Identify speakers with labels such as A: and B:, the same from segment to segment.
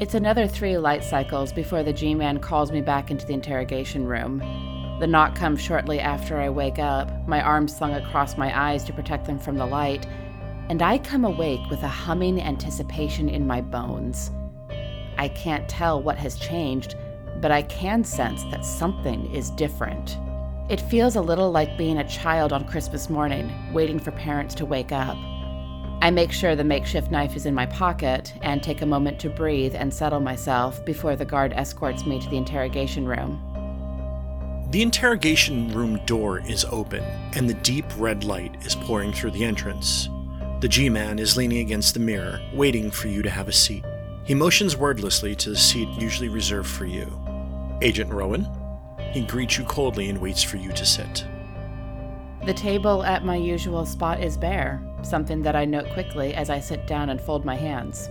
A: It's another three light cycles before the G Man calls me back into the interrogation room. The knock comes shortly after I wake up, my arms slung across my eyes to protect them from the light, and I come awake with a humming anticipation in my bones. I can't tell what has changed, but I can sense that something is different. It feels a little like being a child on Christmas morning, waiting for parents to wake up. I make sure the makeshift knife is in my pocket and take a moment to breathe and settle myself before the guard escorts me to the interrogation room.
B: The interrogation room door is open, and the deep red light is pouring through the entrance. The G Man is leaning against the mirror, waiting for you to have a seat. He motions wordlessly to the seat usually reserved for you. Agent Rowan, he greets you coldly and waits for you to sit.
A: The table at my usual spot is bare, something that I note quickly as I sit down and fold my hands.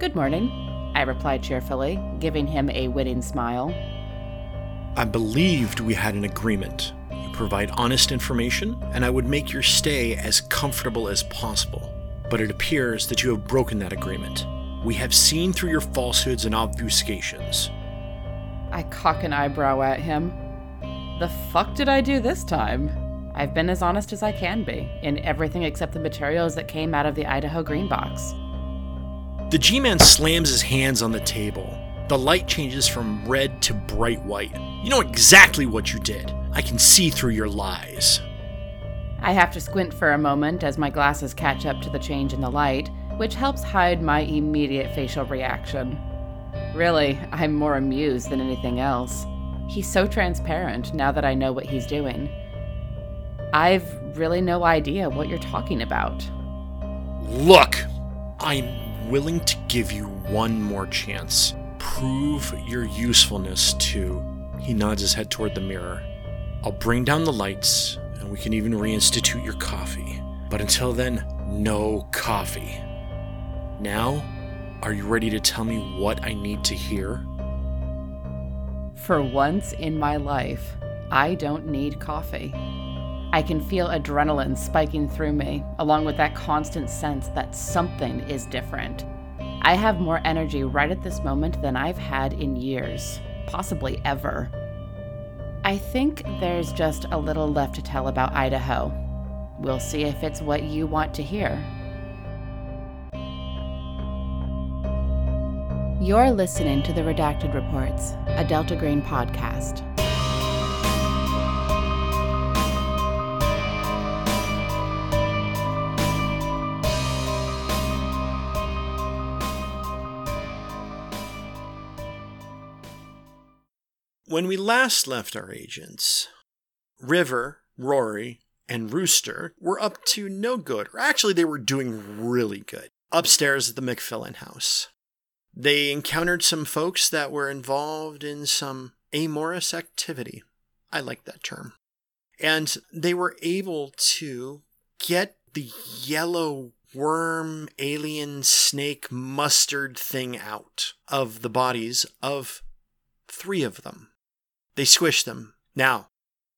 A: Good morning, I reply cheerfully, giving him a winning smile.
B: I believed we had an agreement. You provide honest information, and I would make your stay as comfortable as possible. But it appears that you have broken that agreement. We have seen through your falsehoods and obfuscations.
A: I cock an eyebrow at him. The fuck did I do this time? I've been as honest as I can be, in everything except the materials that came out of the Idaho green box.
B: The G Man slams his hands on the table. The light changes from red to bright white. You know exactly what you did. I can see through your lies.
A: I have to squint for a moment as my glasses catch up to the change in the light, which helps hide my immediate facial reaction. Really, I'm more amused than anything else. He's so transparent now that I know what he's doing. I've really no idea what you're talking about.
B: Look, I'm willing to give you one more chance. Prove your usefulness to. He nods his head toward the mirror. I'll bring down the lights, and we can even reinstitute your coffee. But until then, no coffee. Now, are you ready to tell me what I need to hear?
A: For once in my life, I don't need coffee. I can feel adrenaline spiking through me, along with that constant sense that something is different. I have more energy right at this moment than I've had in years, possibly ever. I think there's just a little left to tell about Idaho. We'll see if it's what you want to hear. You're listening to the Redacted Reports, a Delta Green podcast.
B: When we last left our agents, River, Rory, and Rooster were up to no good, or actually, they were doing really good upstairs at the McFillin house. They encountered some folks that were involved in some amorous activity. I like that term. And they were able to get the yellow worm, alien, snake, mustard thing out of the bodies of three of them. They squished them. Now,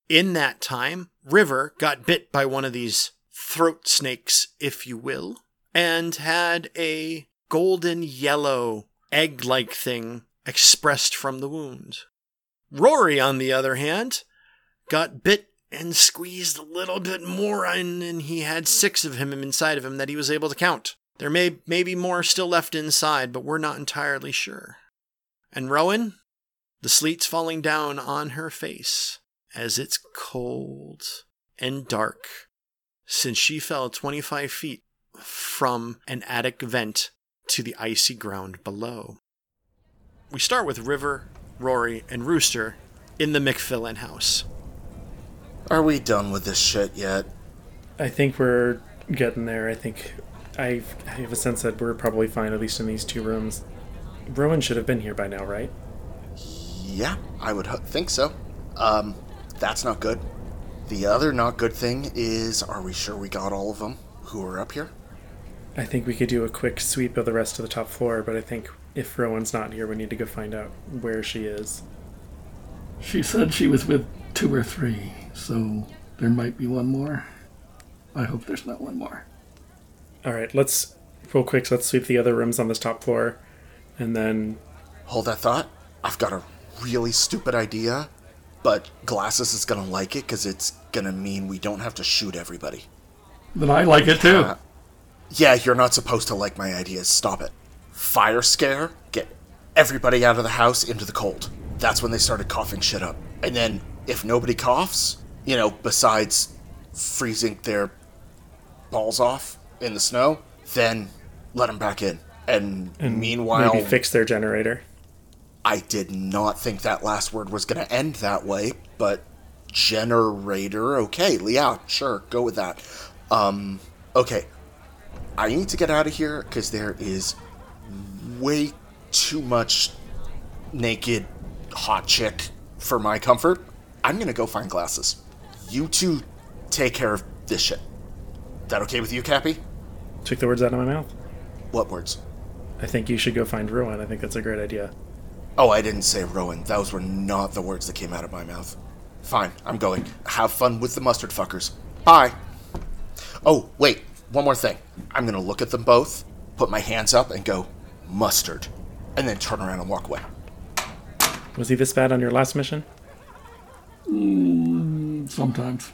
B: in that time, River got bit by one of these throat snakes, if you will, and had a golden yellow egg like thing expressed from the wound. Rory, on the other hand, got bit and squeezed a little bit more, and, and he had six of him inside of him that he was able to count. There may, may be more still left inside, but we're not entirely sure. And Rowan, the sleet's falling down on her face as it's cold and dark since she fell 25 feet from an attic vent to the icy ground below. We start with River, Rory, and Rooster in the McFillin house.
C: Are we done with this shit yet?
D: I think we're getting there. I think I've, I have a sense that we're probably fine, at least in these two rooms. Rowan should have been here by now, right?
C: Yeah, I would h- think so. Um, that's not good. The other not good thing is are we sure we got all of them who are up here?
D: I think we could do a quick sweep of the rest of the top floor, but I think if Rowan's not here, we need to go find out where she is.
E: She said she was with two or three, so there might be one more. I hope there's not one more.
D: All right, let's real quick. So let's sweep the other rooms on this top floor. and then
C: Hold that thought. I've got a really stupid idea, but Glasses is gonna like it because it's gonna mean we don't have to shoot everybody.
E: Then I like it too.
C: Yeah, you're not supposed to like my ideas. Stop it. Fire scare. Get everybody out of the house into the cold. That's when they started coughing shit up. And then, if nobody coughs, you know, besides freezing their balls off in the snow, then let them back in. And, meanwhile,
D: maybe fix their generator.
C: I did not think that last word was going to end that way, but generator, okay, yeah, sure, go with that. Um, okay, I need to get out of here because there is way too much naked hot chick for my comfort. I'm going to go find glasses. You two take care of this shit. That okay with you, Cappy?
D: Took the words out of my mouth.
C: What words?
D: I think you should go find Ruin. I think that's a great idea.
C: Oh, I didn't say Rowan. Those were not the words that came out of my mouth. Fine, I'm going. Have fun with the mustard fuckers. Bye. Oh, wait, one more thing. I'm gonna look at them both, put my hands up, and go, mustard. And then turn around and walk away.
D: Was he this bad on your last mission?
E: Sometimes.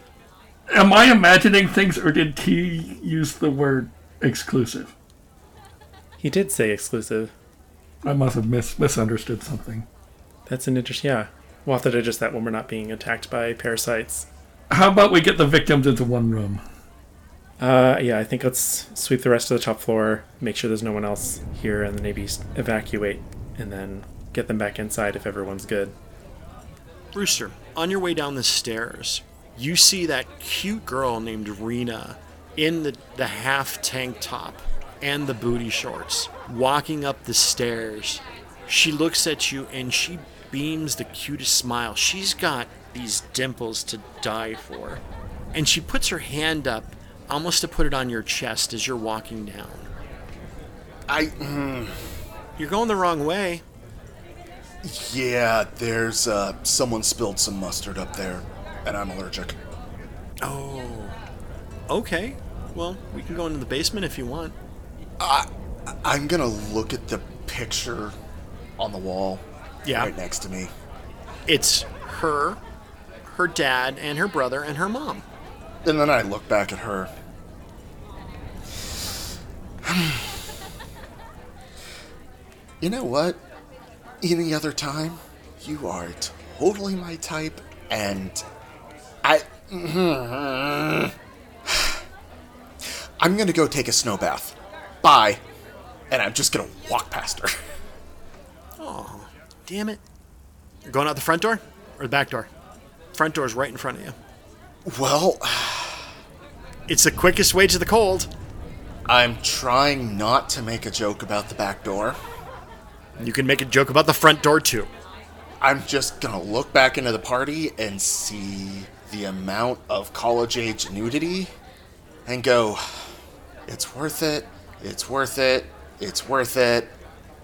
E: Am I imagining things, or did T use the word exclusive?
D: He did say exclusive.
E: I must have mis- misunderstood something.
D: That's an interest. Yeah, we'll have to digest that when we're not being attacked by parasites.
E: How about we get the victims into one room?
D: Uh, yeah, I think let's sweep the rest of the top floor, make sure there's no one else here, and then maybe s- evacuate, and then get them back inside if everyone's good.
B: Brewster, on your way down the stairs, you see that cute girl named Rena in the, the half tank top and the booty shorts walking up the stairs. She looks at you and she beams the cutest smile. She's got these dimples to die for. And she puts her hand up almost to put it on your chest as you're walking down.
C: I.
B: You're going the wrong way.
C: Yeah, there's, uh, someone spilled some mustard up there, and I'm allergic.
B: Oh. Okay. Well, we can go into the basement if you want.
C: I'm gonna look at the picture on the wall
B: Yeah.
C: right next to me.
B: It's her, her dad, and her brother, and her mom.
C: And then I look back at her. you know what? Any other time, you are totally my type, and I. I'm gonna go take a snow bath. Bye. And I'm just gonna walk past her.
B: Oh, damn it. You're going out the front door or the back door? Front door's right in front of you.
C: Well,
B: It's the quickest way to the cold.
C: I'm trying not to make a joke about the back door.
B: You can make a joke about the front door too.
C: I'm just gonna look back into the party and see the amount of college age nudity and go, it's worth it, it's worth it, it's worth it.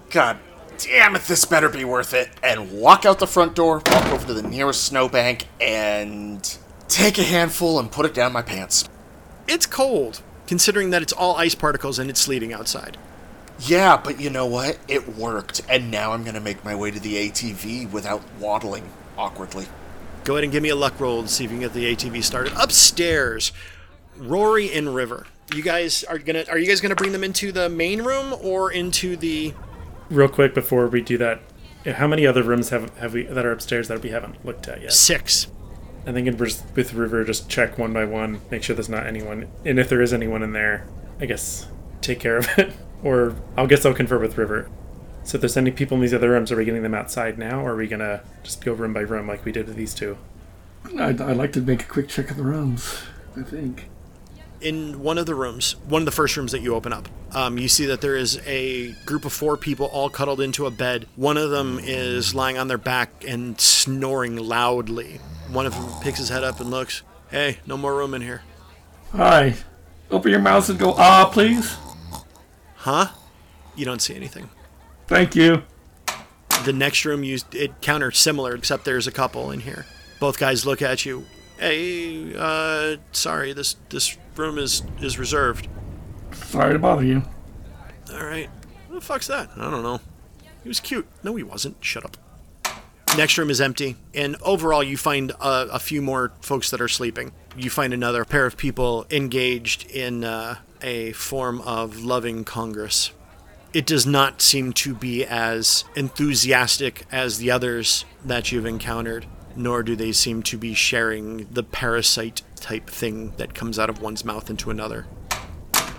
C: God damn it, this better be worth it. And walk out the front door, walk over to the nearest snowbank, and take a handful and put it down my pants.
B: It's cold, considering that it's all ice particles and it's sleeting outside.
C: Yeah, but you know what? It worked, and now I'm gonna make my way to the ATV without waddling awkwardly.
B: Go ahead and give me a luck roll and see if you can get the ATV started. Upstairs, Rory and River. You guys are gonna are you guys gonna bring them into the main room or into the
D: Real quick before we do that, how many other rooms have have we that are upstairs that we haven't looked at yet?
B: six?
D: I think in, Bris- with River, just check one by one, make sure there's not anyone, and if there is anyone in there, I guess take care of it. or I'll guess I'll confer with River. So if there's any people in these other rooms, are we getting them outside now, or are we gonna just go room by room like we did with these two?
E: I'd, I'd like to make a quick check of the rooms, I think.
B: in one of the rooms, one of the first rooms that you open up, um, you see that there is a group of four people all cuddled into a bed. One of them is lying on their back and snoring loudly. One of them picks his head up and looks, Hey, no more room in here.
E: Hi. Open your mouths and go, ah, please.
B: Huh? You don't see anything.
E: Thank you.
B: The next room, you it counter similar, except there's a couple in here. Both guys look at you. Hey, uh, sorry, this this room is is reserved.
E: Sorry to bother you.
B: All right. What the fuck's that? I don't know. He was cute. No, he wasn't. Shut up. Next room is empty, and overall, you find uh, a few more folks that are sleeping. You find another pair of people engaged in uh, a form of loving Congress. It does not seem to be as enthusiastic as the others that you've encountered, nor do they seem to be sharing the parasite type thing that comes out of one's mouth into another.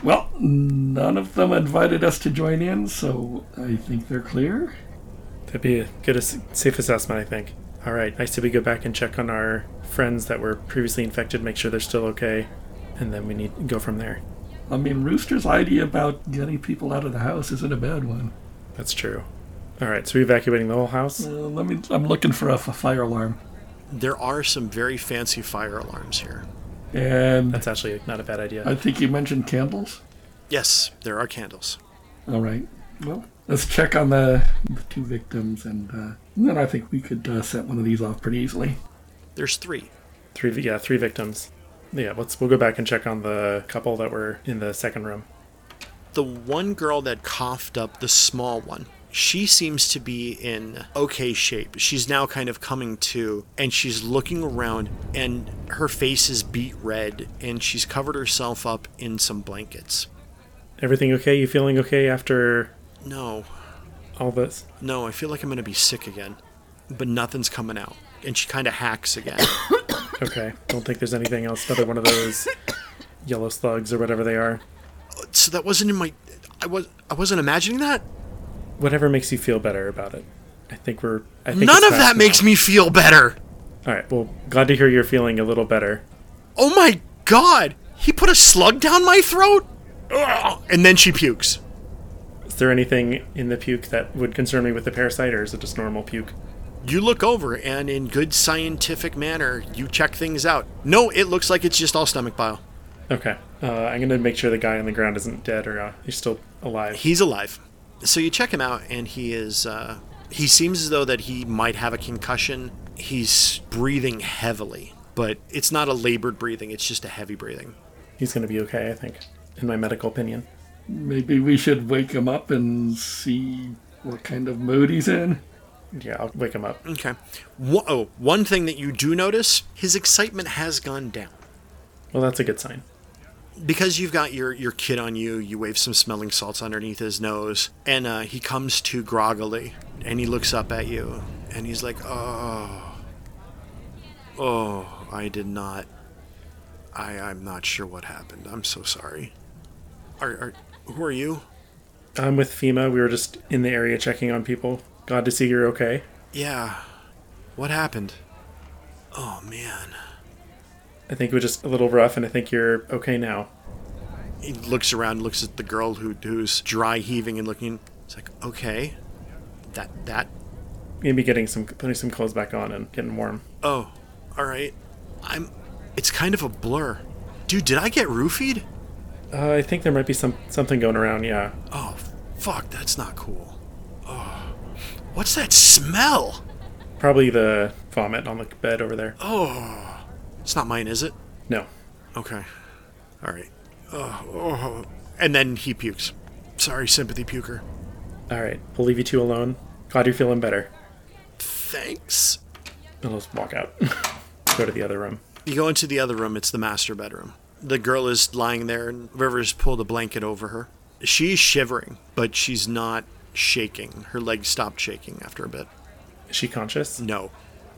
E: Well, none of them invited us to join in, so I think they're clear.
D: That'd be a good, ass- safe assessment, I think. All right, I say we go back and check on our friends that were previously infected, make sure they're still okay, and then we need go from there.
E: I mean, Rooster's idea about getting people out of the house isn't a bad one.
D: That's true. All right, so we evacuating the whole house.
E: Uh, let me. I'm looking for a f- fire alarm,
B: There are some very fancy fire alarms here.
E: and
D: That's actually not a bad idea.
E: I think you mentioned candles.
B: Yes, there are candles.
E: All right. Well, let's check on the, the two victims, and, uh, and then I think we could uh, set one of these off pretty easily.
B: There's three.
D: Three, vi- yeah, three victims. Yeah, let's we'll go back and check on the couple that were in the second room.
B: The one girl that coughed up the small one, she seems to be in okay shape. She's now kind of coming to, and she's looking around, and her face is beat red, and she's covered herself up in some blankets.
D: Everything okay? You feeling okay after
B: No,
D: all this?
B: no, I feel like I'm going to be sick again, but nothing's coming out. And she kind of hacks again.
D: Okay. Don't think there's anything else. Another one of those yellow slugs or whatever they are.
B: so that wasn't in my. I was. I wasn't imagining that.
D: Whatever makes you feel better about it. I think we're. I think
B: None of that makes me feel better.
D: All right. Well, glad to hear you're feeling a little better.
B: Oh my god! He put a slug down my throat? Ugh. And then she pukes.
D: Is there anything in the puke that would concern me with the parasite, or is it just normal puke?
B: You look over, and in good scientific manner, you check things out. No, it looks like it's just all stomach bile.
D: Okay. Uh, I'm gonna make sure the guy on the ground isn't dead or uh, he's still alive.
B: He's alive. So you check him out, and he is. Uh, he seems as though that he might have a concussion. He's breathing heavily, but it's not a labored breathing, it's just a heavy breathing.
D: He's gonna be okay, I think, in my medical opinion.
E: Maybe we should wake him up and see what kind of mood he's in.
D: Yeah, I'll wake him up.
B: Okay. Wha- oh, one thing that you do notice his excitement has gone down.
D: Well, that's a good sign.
B: because you've got your your kid on you, you wave some smelling salts underneath his nose, and uh, he comes to groggily, and he looks up at you, and he's like, "Oh, oh, I did not. I I'm not sure what happened. I'm so sorry. Are, are who are you?
D: I'm with FEMA. We were just in the area checking on people. Glad to see you're okay.
B: Yeah, what happened? Oh man."
D: I think it was just a little rough, and I think you're okay now.
B: He looks around, looks at the girl who who's dry heaving and looking. It's like, okay, that that
D: Maybe getting some putting some clothes back on and getting warm.
B: Oh, all right. I'm. It's kind of a blur. Dude, did I get roofied?
D: Uh, I think there might be some something going around. Yeah,
B: Oh, fuck, that's not cool. Oh, what's that smell?
D: probably the vomit on the bed over there.
B: Oh, it's not mine, is it?
D: No,
B: Okay. All right. Oh, oh. And then he pukes. Sorry, sympathy puker.
D: all right, we'll leave you two alone. Glad you're feeling better.
B: Thanks.
D: And let's walk out. Go to the other room.
B: You go into the other room, it's the master bedroom. The girl is lying there, and Rivers pulled a blanket over her. She's shivering, but she's not shaking. Her legs stopped shaking after a bit.
D: Is she conscious?
B: No,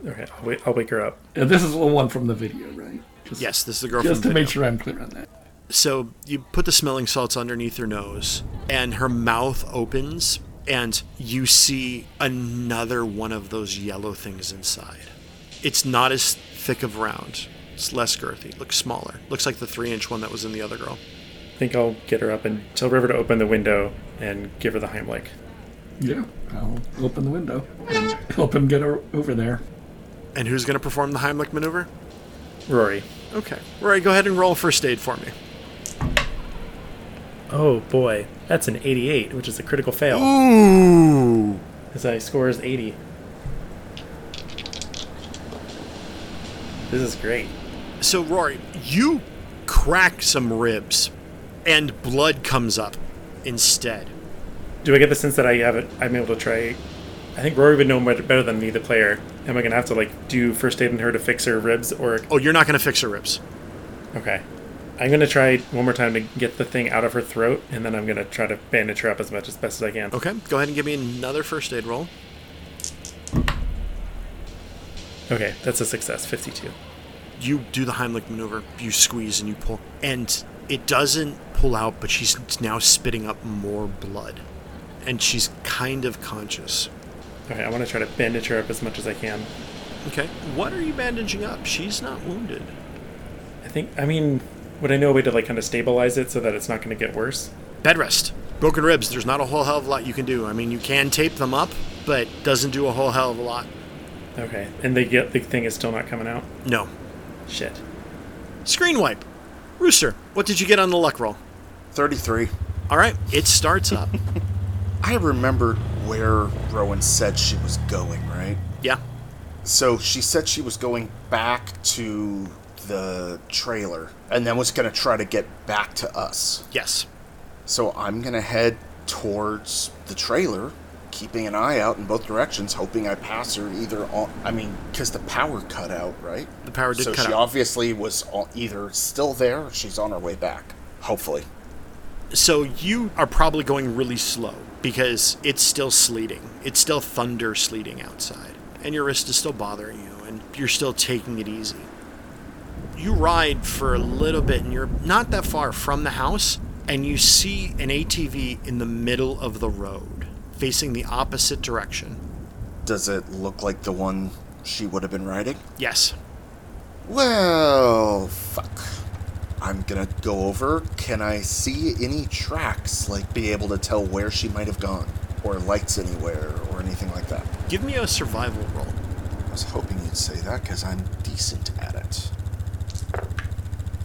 D: Okay, I'll, wait, I'll wake her up.
E: And this is the one from the video, right? Just,
B: Yes, this is the girl from
E: Just to
B: the
E: make sure I'm clear on that.
B: So you put the smelling salts underneath her nose, and her mouth opens, and you see another one of those yellow things inside. It's not as thick of round. It's less girthy. Looks smaller. Looks like the three-inch one that was in the other girl.
D: I think I'll get her up and tell River to open the window and give her the Heimlich.
E: Yeah, I'll open the window and help him get o- over there.
B: And who's going to perform the Heimlich maneuver?
D: Rory.
B: Okay, Rory, go ahead and roll first aid for me.
D: Oh boy, that's an 88, which is a critical fail.
B: Ooh.
D: As I score is 80. This is great.
B: So Rory, you crack some ribs, and blood comes up instead.
D: Do I get the sense that I have it? I'm able to try. I think Rory would know bet- better than me, the player. Am I gonna have to like do first aid on her to fix her ribs, or
B: Oh, you're not going to fix her ribs.
D: okay? I'm gonna try one more time to get the thing out of her throat, and then I'm gonna try to bandage her up as much as best as I can.
B: Okay, go ahead and give me another first aid roll.
D: Okay, that's a success. Fifty-two.
B: You do the Heimlich maneuver. You squeeze and you pull, and it doesn't pull out, but she's now spitting up more blood, and she's kind of conscious.
D: Okay, I want to try to bandage her up as much as I can.
B: Okay, what are you bandaging up? She's not wounded.
D: I think. I mean, would I know a way to like kind of stabilize it so that it's not gonna get worse?
B: Bed rest. Broken ribs. There's not a whole hell of a lot you can do. I mean, you can tape them up, but doesn't do a whole hell of a lot.
D: Okay, and they get the thing is still not coming out.
B: No.
D: Shit.
B: Screen wipe. Rooster, what did you get on the luck roll?
C: 33.
B: All right, it starts up.
C: I remembered where Rowan said she was going, right?
B: yeah.
C: So she said she was going back to the trailer and then was going to try to get back to us.
B: Yes.
C: So I'm going to head towards the trailer, keeping an eye out in both directions, hoping I pass her either on. I mean, because the power cut out, right?
B: The power did
C: so
B: cut
C: she
B: out.
C: obviously was o- either still there or she's on her way back. Hopefully.
B: So you are probably going really slow because it's still sleeting. It's still thunder sleeting outside. And your wrist is still bothering you and you're still taking it easy. You ride for a little bit and you're not that far from the house and you see an ATV in the middle of the road facing the opposite direction.
C: Does it look like the one she would have been riding?
B: Yes.
C: Well, fuck. I'm gonna go over. Can I see any tracks? Like, be able to tell where she might have gone, or lights anywhere, or anything like that?
B: Give me a survival roll.
C: I was hoping you'd say that because I'm decent at it.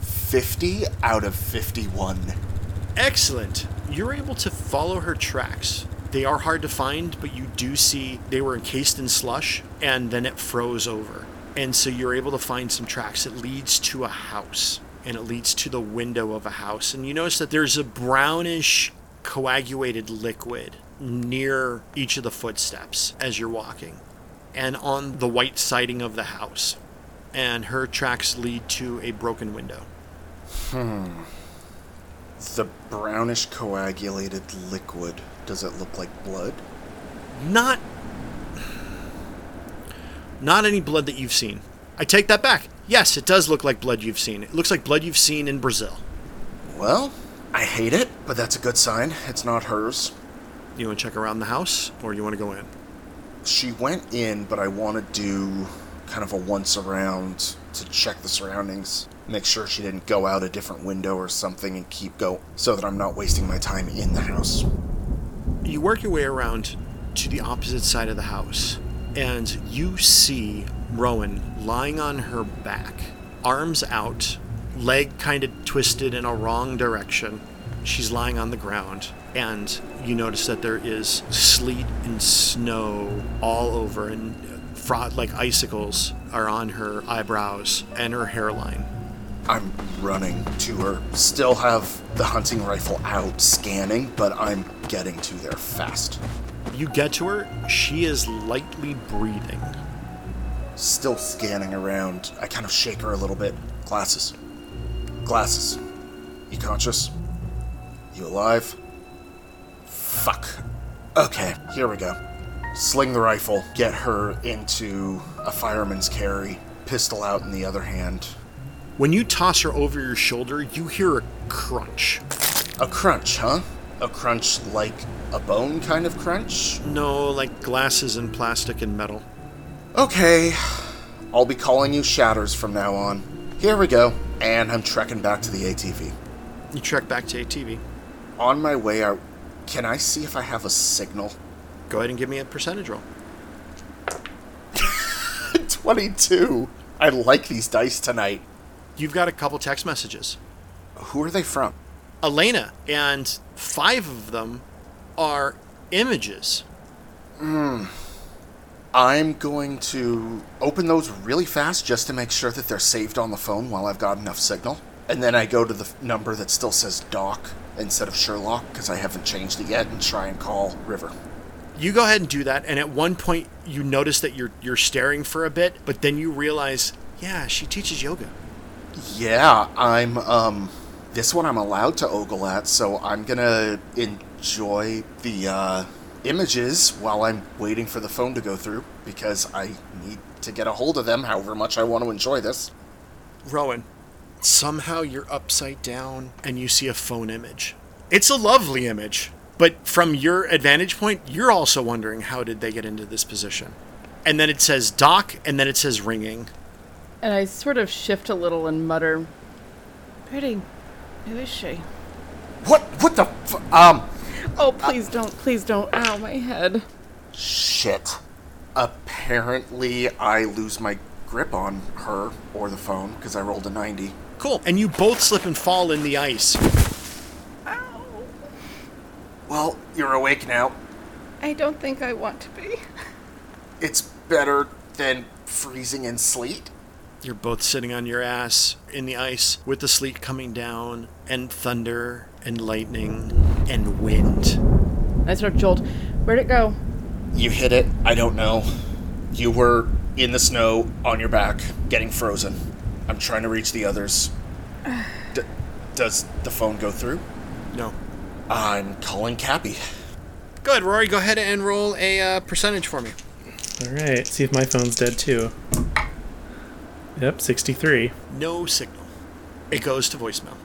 C: 50 out of 51.
B: Excellent. You're able to follow her tracks. They are hard to find, but you do see they were encased in slush and then it froze over. And so you're able to find some tracks. It leads to a house and it leads to the window of a house. And you notice that there's a brownish coagulated liquid near each of the footsteps as you're walking and on the white siding of the house. And her tracks lead to a broken window.
C: The brownish coagulated liquid. Does it look like blood?
B: not not any blood that you've seen i take that back yes it does look like blood you've seen it looks like blood you've seen in brazil
C: Well, I hate it, but that's a good sign. It's not hers.
B: you want to check around the house or you want to go in
C: She went in, but I want to do kind of a once around to check the surroundings, make sure she didn't go out a different window or something, and keep go so that I'm not wasting my time in the house.
B: you work your way around to the opposite side of the house and you see rowan lying on her back arms out leg kind of twisted in a wrong direction she's lying on the ground and you notice that there is sleet and snow all over and froth like icicles are on her eyebrows and her hairline
C: I'm running to her. Still have the hunting rifle out, scanning, but I'm getting to there fast.
B: you get to her she is lightly breathing
C: Still scanning around. I kind of shake her a little bit. Glasses. Glasses. You conscious? You alive? Fuck. Okay, here we go. Sling the rifle, get her into a fireman's carry, pistol out in the other hand.
B: when you toss her over your shoulder you hear a crunch
C: A crunch, huh? A crunch like a bone kind of crunch?
B: No, like glasses and plastic and metal.
C: Okay. I'll be calling you Shatters from now on. Here we go. And I'm trekking back to the ATV.
B: You trek back to ATV.
C: On my way out, can I see if I have a signal?
B: Go ahead and give me a percentage roll.
C: 22. I like these dice tonight.
B: You've got a couple text messages.
C: Who are they from?
B: Elena, and five of them are images.
C: I'm going to open those really fast just to make sure that they're saved on the phone while I've got enough signal. And then I go to the f- number that still says doc instead of Sherlock because I haven't changed it yet and try and call River.
B: You go ahead and do that, and at one point you notice that you're you're staring for a bit, but then you realize, yeah, she teaches yoga.
C: Yeah, I'm um this one I'm allowed to ogle at, so I'm gonna enjoy the uh images while I'm waiting for the phone to go through because I need to get a hold of them however much I want to enjoy this.
B: Rowan, somehow you're upside down and you see a phone image. It's a lovely image, but from your advantage point, you're also wondering how did they get into this position. And then it says dock, and then it says ringing.
F: And I sort of shift a little and mutter, Pretty, who is she?
C: What what the f- um
F: Oh, please don't, please don't. Ow, my head.
C: Shit. Apparently, I lose my grip on her or the phone because I rolled a 90.
B: Cool. And you both slip and fall in the ice.
F: Ow.
C: Well, you're awake now.
F: I don't think I want to be.
C: It's better than freezing in sleet.
B: You're both sitting on your ass in the ice with the sleet coming down, and thunder, and lightning, and wind.
F: I sort of jolt. Where'd it go?
C: You hit it. I don't know. You were in the snow on your back, getting frozen. I'm trying to reach the others. D- does the phone go through?
B: No.
C: I'm calling Cappy.
B: Good, Rory, go ahead and roll a uh, percentage for me.
D: All right, see if my phone's dead too. Yep, 63.
B: No signal. It goes to voicemail.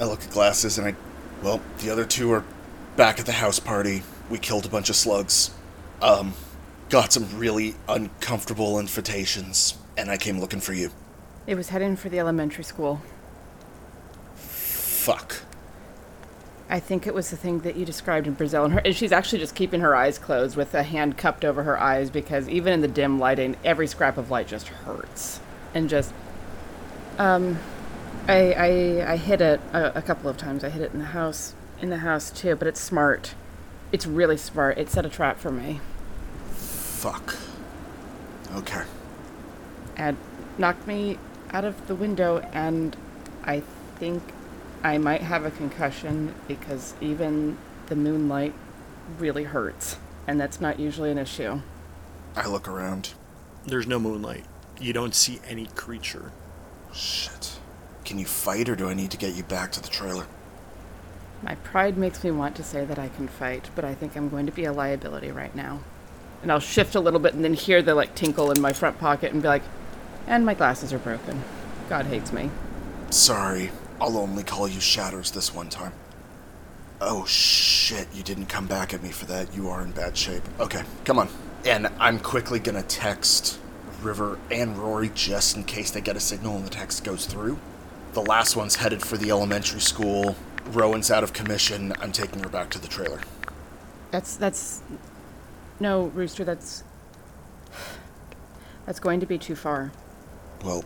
C: I look at glasses and I. Well, the other two are back at the house party. We killed a bunch of slugs. Um, got some really uncomfortable invitations, and I came looking for you.
F: It was heading for the elementary school.
C: Fuck.
F: I think it was the thing that you described in Brazil, and, her, and she's actually just keeping her eyes closed with a hand cupped over her eyes because even in the dim lighting, every scrap of light just hurts. And just, um, I I, I hit it a, a couple of times. I hit it in the house, in the house too. But it's smart. It's really smart. It set a trap for me.
C: Fuck. Okay.
F: and knocked me out of the window and i think i might have a concussion because even the moonlight really hurts and that's not usually an issue
C: I look around.
B: There's no moonlight. You don't see any creature.
C: Shit. Can you fight, or do I need to get you back to the trailer?
F: my pride makes me want to say that i can fight but i think i'm going to be a liability right now and i'll shift a little bit and then hear the like tinkle in my front pocket and be like and my glasses are broken god hates me
C: Sorry, I'll only call you Shatters this one time. Oh shit, you didn't come back at me for that. You are in bad shape. Okay, come on. And I'm quickly gonna text River and Rory just in case they get a signal and the text goes through. The last one's headed for the elementary school. Rowan's out of commission. I'm taking her back to the trailer.
F: That's that's no rooster. That's that's going to be too far.
C: Well,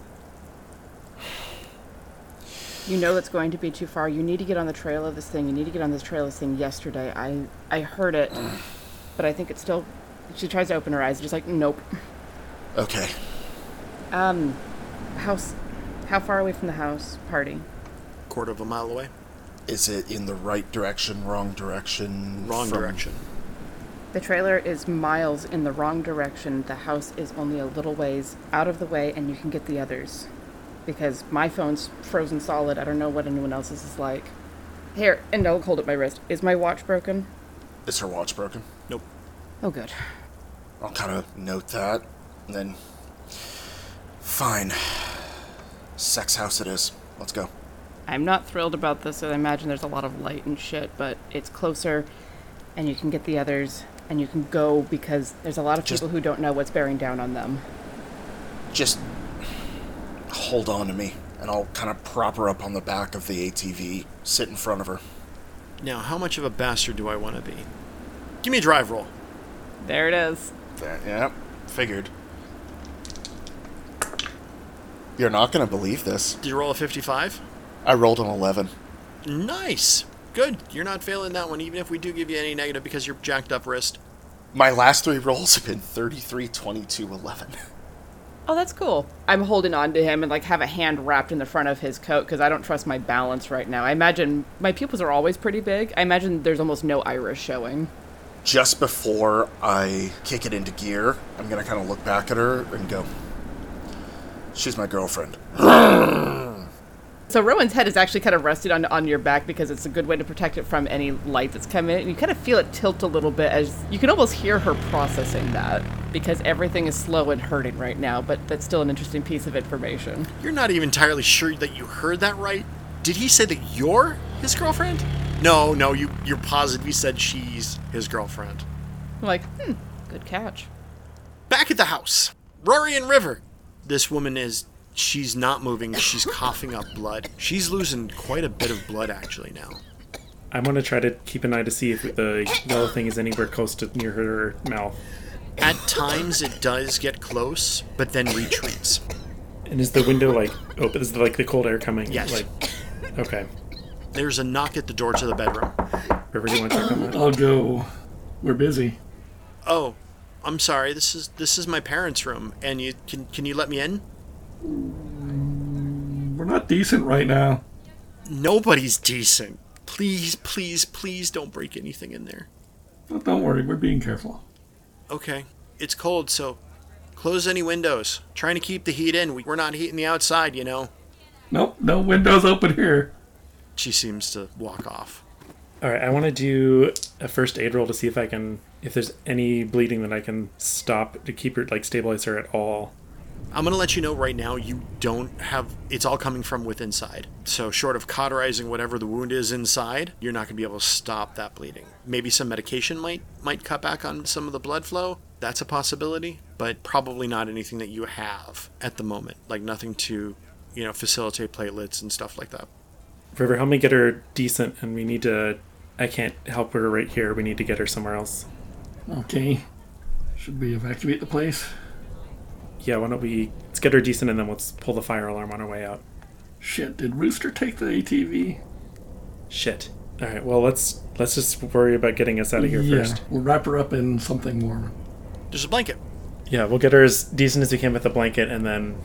F: You know that's going to be too far. You need to get on the trail of this thing. You need to get on this trail of this thing yesterday. I I heard it, but I think it's still. She tries to open her eyes, just like nope.
C: okay.
F: Um, house. How far away from the house party?
B: Quarter of a mile away.
C: Is it in the right direction, wrong direction?
B: Wrong
C: from-
B: direction.
F: The trailer is miles in the wrong direction. The house is only a little ways out of the way, and you can get the others. Because my phone's frozen solid. I don't know what anyone else's is like. Here, and I'll hold up my wrist. Is my watch broken?
C: Is her watch broken?
B: Nope.
F: Oh, good.
C: I'll kind of note that, and then. Fine. Sex house it is. Let's go.
F: I'm not thrilled about this, so I imagine there's a lot of light and shit, but it's closer, and you can get the others, and you can go because there's a lot of
C: Just-
F: people who don't know what's bearing down on them.
C: Just hold on to me, and I'll kind of prop her up on the back of the ATV, sit in front of her.
B: Now, how much of a bastard do I want to be? Give me a drive roll.
F: There it is.
C: That, yeah, figured. You're not gonna believe this.
B: Did you roll a 55?
C: I rolled an 11.
B: Nice. Good. You're not failing that one, even if we do give you any negative because you're jacked up wrist.
C: My last three rolls have been 33, 22, 11.
A: Oh, that's cool. I'm holding on to him and like have a hand wrapped in the front of his coat because I don't trust my balance right now. I imagine my pupils are always pretty big. I imagine there's almost no iris showing.
C: Just before I kick it into gear, I'm gonna kind of look back at her and go, "She's my girlfriend."
A: So Rowan's head is actually kind of rested on, on your back because it's a good way to protect it from any light that's come in. And you kind of feel it tilt a little bit as you can almost hear her processing that because everything is slow and hurting right now, but that's still an interesting piece of information.
B: You're not even entirely sure that you heard that right. Did he say that you're his girlfriend? No, no, you, you're positive he said she's his girlfriend.
A: I'm like, hmm, good catch.
B: Back at the house, Rory and River. This woman is. She's not moving. She's coughing up blood. She's losing quite a bit of blood, actually, now.
D: I want to try to keep an eye to see if the yellow thing is anywhere close to near her mouth.
B: At times, it does get close, but then retreats.
D: And is the window like open? Is like the cold air coming?
B: Yes.
D: Like, okay.
B: There's a knock at the door to the bedroom.
D: River, you want to check on that?
E: I'll go. We're busy.
B: Oh, I'm sorry. This is this is my parents' room, and you can can you let me in?
E: We're not decent right now.
B: Nobody's decent. Please, please, please don't break anything in there.
E: But don't worry, we're being careful.
B: Okay. It's cold, so close any windows. Trying to keep the heat in. We- We're not heating the outside, you know.
E: Nope, no windows open here.
B: She seems to walk off.
D: All right. I want to do a first aid roll to see if I can, if there's any bleeding that I can stop to keep her, like stabilize her at all.
B: I'm going to let you know right now you don't have it's all coming from within side. So short of cauterizing whatever the wound is inside, you're not going to be able to stop that bleeding. Maybe some medication might might cut back on some of the blood flow. That's a possibility, but probably not anything that you have at the moment. Like nothing to, you know, facilitate platelets and stuff like that.
D: River, help me get her decent, and we need to. I can't help her right here. We need to get her somewhere else.
E: Okay. Should we evacuate the place?
D: Yeah, why don't we let's get her decent, and then let's pull the fire alarm on our way out.
E: Shit, did Rooster take the ATV?
D: Shit. All right. Well, let's let's just worry about getting us out of here
E: yeah,
D: first.
E: we'll wrap her up in something warm.
B: There's a blanket.
D: Yeah, we'll get her as decent as we can with the blanket, and then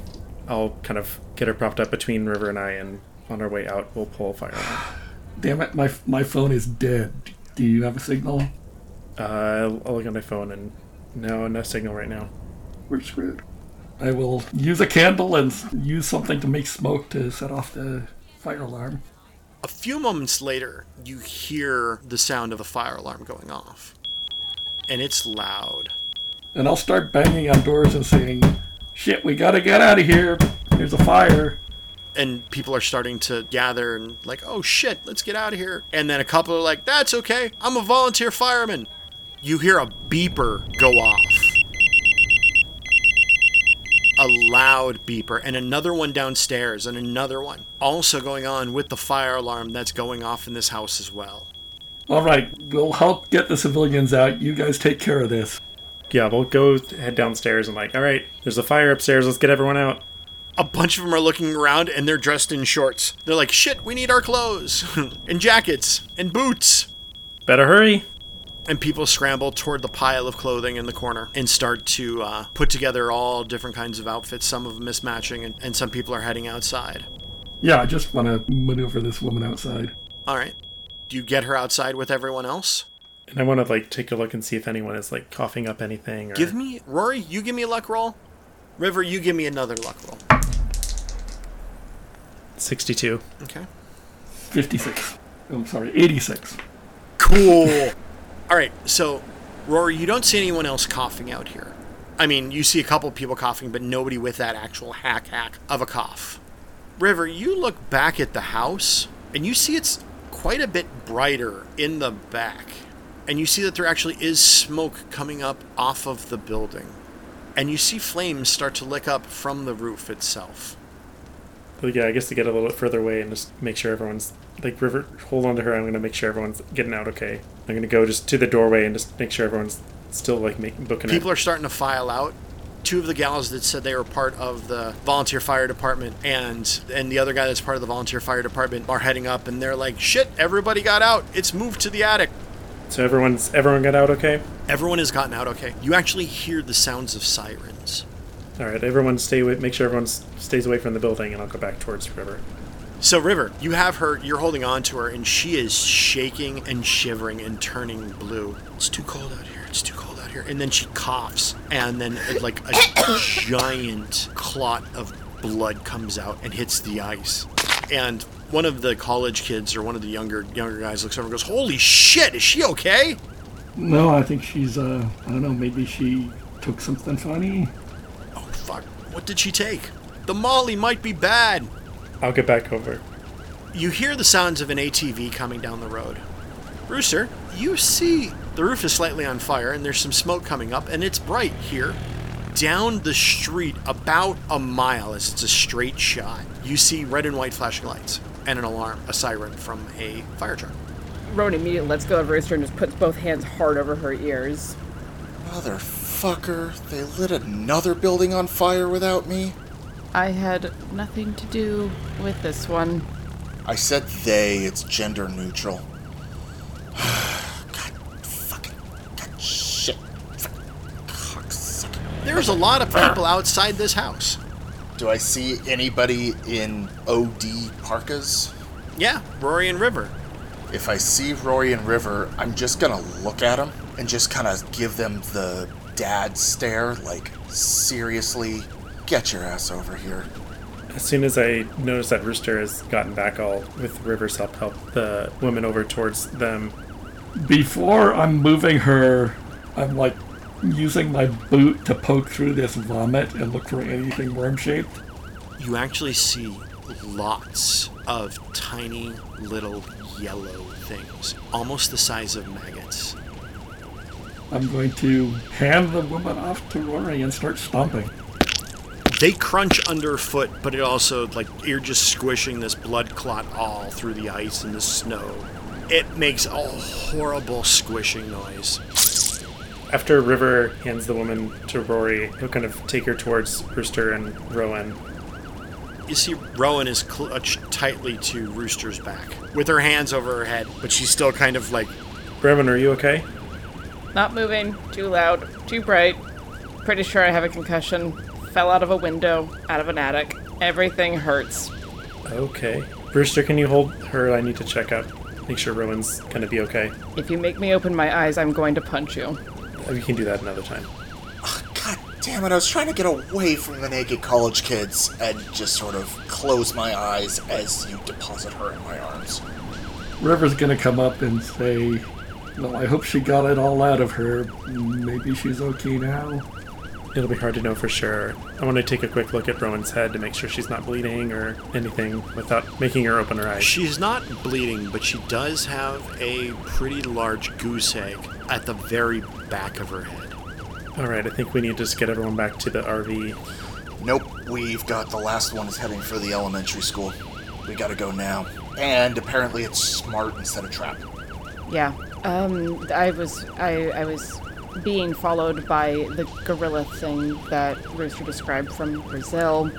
D: I'll kind of get her propped up between River and I, and on our way out, we'll pull a fire alarm.
E: Damn it, my my phone is dead. Do you have a signal?
D: Uh, I'll look at my phone, and no, no signal right now.
E: We're screwed. I will use a candle and s- use something to make smoke to set off the fire alarm.
B: A few moments later, you hear the sound of a fire alarm going off. And it's loud.
E: And I'll start banging on doors and saying, Shit, we gotta get out of here. There's a fire.
B: and people are starting to gather and like, oh shit, let's get out of here. And then a couple are like, that's okay, I'm a volunteer fireman. You hear a beeper go off. A loud beeper, and another one downstairs, and another one. Also going on with the fire alarm that's going off in this house as well.
E: All right, we'll help get the civilians out. You guys take care of this.
D: Yeah, we'll go head downstairs and like, all right, there's a fire upstairs. Let's get everyone out.
B: A bunch of them are looking around and they're dressed in shorts. They're like, shit, we need our clothes, and jackets, and boots.
D: Better hurry.
B: and people scramble toward the pile of clothing in the corner and start to uh, put together all different kinds of outfits some of them mismatching and, and some people are heading outside
E: Yeah, I just want to maneuver this woman outside.
B: all right do you get her outside with everyone else
D: And I want to like take a look and see if anyone is like coughing up anything. Or...
B: give me rory you give me a luck roll river you give me another luck roll
D: sixty-two.
B: okay
E: 56. Oh, I'm sorry, 86.
B: cool all right so rory you don't see anyone else coughing out here i mean you see a couple people coughing but nobody with that actual hack hack of a cough River, you look back at the house and you see it's quite a bit brighter in the back. And you see that there actually is smoke coming up off of the building. And you see flames start to lick up from the roof itself.
D: But yeah, I guess to get a little bit further away and just make sure everyone's like River, hold on to her. I'm gonna make sure everyone's getting out okay. I'm gonna go just to the doorway and just make sure everyone's still like making booking
B: People
D: it.
B: are starting to file out. Two of the gals that said they were part of the volunteer fire department and and the other guy that's part of the volunteer fire department are heading up and they're like, "Shit, everybody got out. It's moved to the attic."
D: So everyone's everyone got out okay.
B: Everyone has gotten out okay. You actually hear the sounds of sirens.
D: All right, everyone stay away. Make sure everyone s- stays away from the building, and I'll go back towards the river.
B: So, River, you have her, you're holding on to her, and she is shaking and shivering and turning blue. It's too cold out here. It's too cold out here. And then she coughs, and then, uh, like, a giant clot of blood comes out and hits the ice. And one of the college kids or one of the younger younger guys looks over and goes, Holy shit, is she okay?
E: No, I think she's, uh, I don't know, maybe she took something funny.
B: Oh, fuck. What did she take? The Molly might be bad.
D: I'll get back over.
B: You hear the sounds of an ATV coming down the road. Rooster, you see the roof is slightly on fire and there's some smoke coming up, and it's bright here. Down the street, about a mile, as it's a straight shot, you see red and white flashing lights and an alarm, a siren from a fire truck.
F: Rowan immediately lets go of Rooster and just puts both hands hard over her ears.
C: Motherfucker, they lit another building on fire without me?
A: I had nothing to do with this one.
C: I said they, it's gender neutral. God fucking. God shit. Cocksucker.
B: There's a lot of people outside this house.
C: Do I see anybody in OD parkas?
B: Yeah, Rory and River.
C: If I see Rory and River, I'm just gonna look at them and just kind of give them the dad stare, like, seriously, get your ass over here.
D: As soon as I notice that Rooster has gotten back, I'll, with River's help, help the woman over towards them.
E: Before I'm moving her, I'm like using my boot to poke through this vomit and look for anything worm shaped.
B: You actually see lots of tiny little yellow things, almost the size of maggots.
E: I'm going to hand the woman off to Rory and start stomping.
B: They crunch underfoot, but it also like you're just squishing this blood clot all through the ice and the snow. It makes a horrible squishing noise.
D: After River hands the woman to Rory, he'll kind of take her towards Rooster and Rowan.
B: You see, Rowan is clutched tightly to Rooster's back, with her hands over her head, but she's still kind of like,
D: Rowan, are you okay?
F: Not moving, too loud, too bright. Pretty sure I have a concussion. Fell out of a window, out of an attic. Everything hurts.
D: Okay. Rooster, can you hold her? I need to check up. Make sure Rowan's gonna be okay.
F: If you make me open my eyes, I'm going to punch you.
D: We can do that another time.
C: God damn it, I was trying to get away from the naked college kids and just sort of close my eyes as you deposit her in my arms.
E: River's gonna come up and say, Well, I hope she got it all out of her. Maybe she's okay now.
D: It'll be hard to know for sure. I want to take a quick look at Rowan's head to make sure she's not bleeding or anything without making her open her eyes.
B: she's not bleeding, but she does have a pretty large goose egg at the very back of her head.
D: All right, I think we need to just get everyone back to the RV.
C: Nope, we've got the last one is heading for the elementary school. We gotta go now. And apparently it's smart instead of trap.
F: Yeah. Um, I was, I, I was being followed by the gorilla thing that Rooster described from Brazil.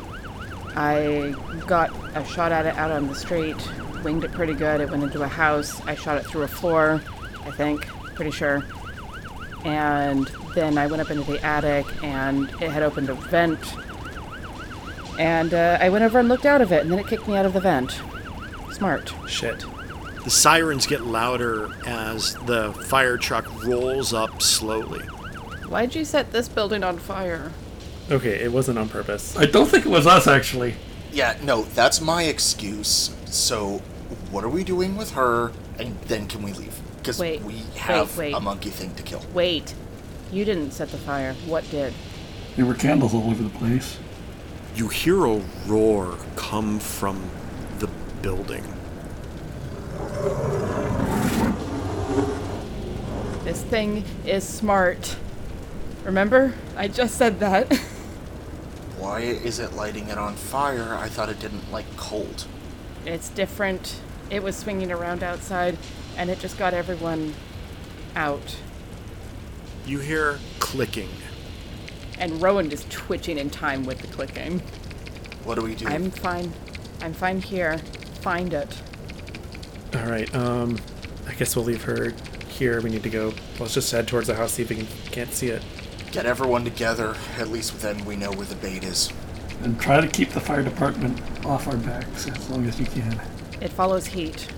F: I got a shot at it out on the street, winged it pretty good. It went into a house. I shot it through a floor, I think, pretty sure. And then I went up into the attic, and it had opened a vent. And uh, I went over and looked out of it, and then it kicked me out of the vent. Smart.
D: Shit.
B: The sirens get louder as the fire truck rolls up slowly.
F: Why'd you set this building on fire?
D: Okay, it wasn't on purpose.
E: I don't think it was us, actually.
C: Yeah, no, that's my excuse. So, what are we doing with her? And then can we leave? Because we
F: Wait, wait,
C: have
F: wait.
C: a monkey thing to kill.
F: Wait, you didn't set the fire. What did?
E: There were candles all over the place.
B: You hear a roar come from the building.
F: This thing is smart. Remember? I just said that.
C: Why is it lighting it on fire? I thought it didn't like cold.
F: it's different. It was swinging around outside, and it just got everyone out.
B: You hear clicking.
F: And Rowan is twitching in time with the clicking.
C: What do we do?
F: I'm fine. I'm fine here. Find it.
D: All right, um, I guess we'll leave her here. We need to go. Let's just head towards the house, see if we can, can't see it.
C: Get everyone together. At least then we know where the bait is.
E: And try to keep the fire department off our backs as long as you can.
F: It follows heat.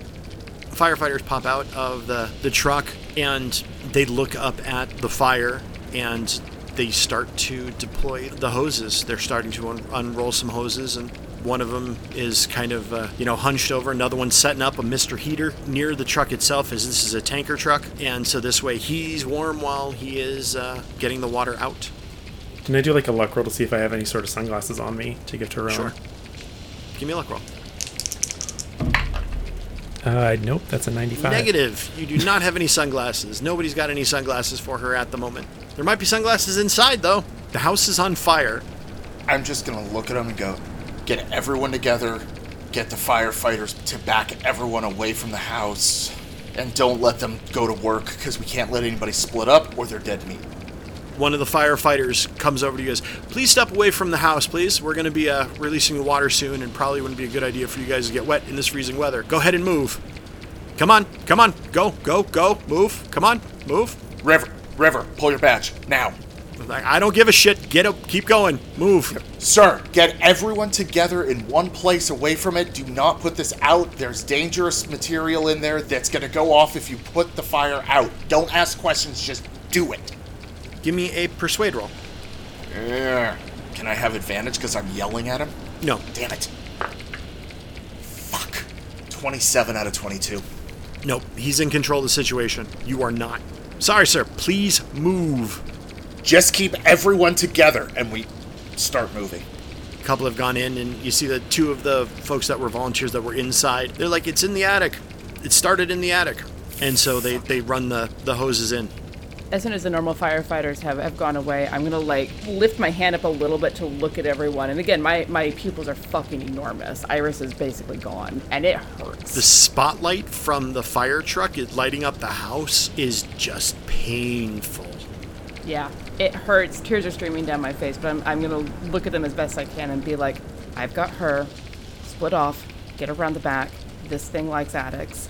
B: Firefighters pop out of the, the truck and they look up at the fire and they start to deploy the hoses. They're starting to un- unroll some hoses and one of them is kind of uh, you know hunched over another one's setting up a mr heater near the truck itself as this is a tanker truck and so this way he's warm while he is uh, getting the water out
D: Can I do like a luck roll to see if I have any sort of sunglasses on me to give to Rowan?
B: Sure. give me a luck roll
D: Uh, nope, that's a 95.
B: Negative. You do not have any sunglasses. Nobody's got any sunglasses for her at the moment. There might be sunglasses inside, though. The house is on fire.
C: I'm just gonna look at them and go, get everyone together, get the firefighters to back everyone away from the house, and don't let them go to work because we can't let anybody split up or they're dead meat.
B: One of the firefighters comes over to you and goes, Please step away from the house, please. We're going to be uh, releasing the water soon, and probably wouldn't be a good idea for you guys to get wet in this freezing weather. Go ahead and move. Come on, come on, go, go, go, move. Come on, move.
C: River, River, pull your badge now,
B: Like, I don't give a shit. Get up, keep going, move.
C: sir. Get everyone together in one place, away from it. Do not put this out. There's dangerous material in there that's gonna go off if you put the fire out. Don't ask questions, just do it.
B: Give me a persuade roll.
C: Yeah. Can I have advantage because I'm yelling at him?
B: No,
C: Damn it. Fuck. 27 out of 22.
B: Nope, he's in control of the situation. You are not. Sorry, sir. Please move.
C: Just keep everyone together and we start moving.
B: A couple have gone in, and you see the two of the folks that were volunteers that were inside. They're like, it's in the attic. It started in the attic. And so they, they run the, the hoses in.
F: As soon as the normal firefighters have, have gone away, I'm gonna like lift my hand up a little bit to look at everyone. And again, my, my pupils are fucking enormous. Iris is basically gone, and it hurts.
B: The spotlight from the fire truck is lighting up the house is just painful.
F: Yeah, it hurts. Tears are streaming down my face, but I'm, I'm gonna look at them as best I can and be like, I've got her. Split off. Get around the back. This thing likes addicts.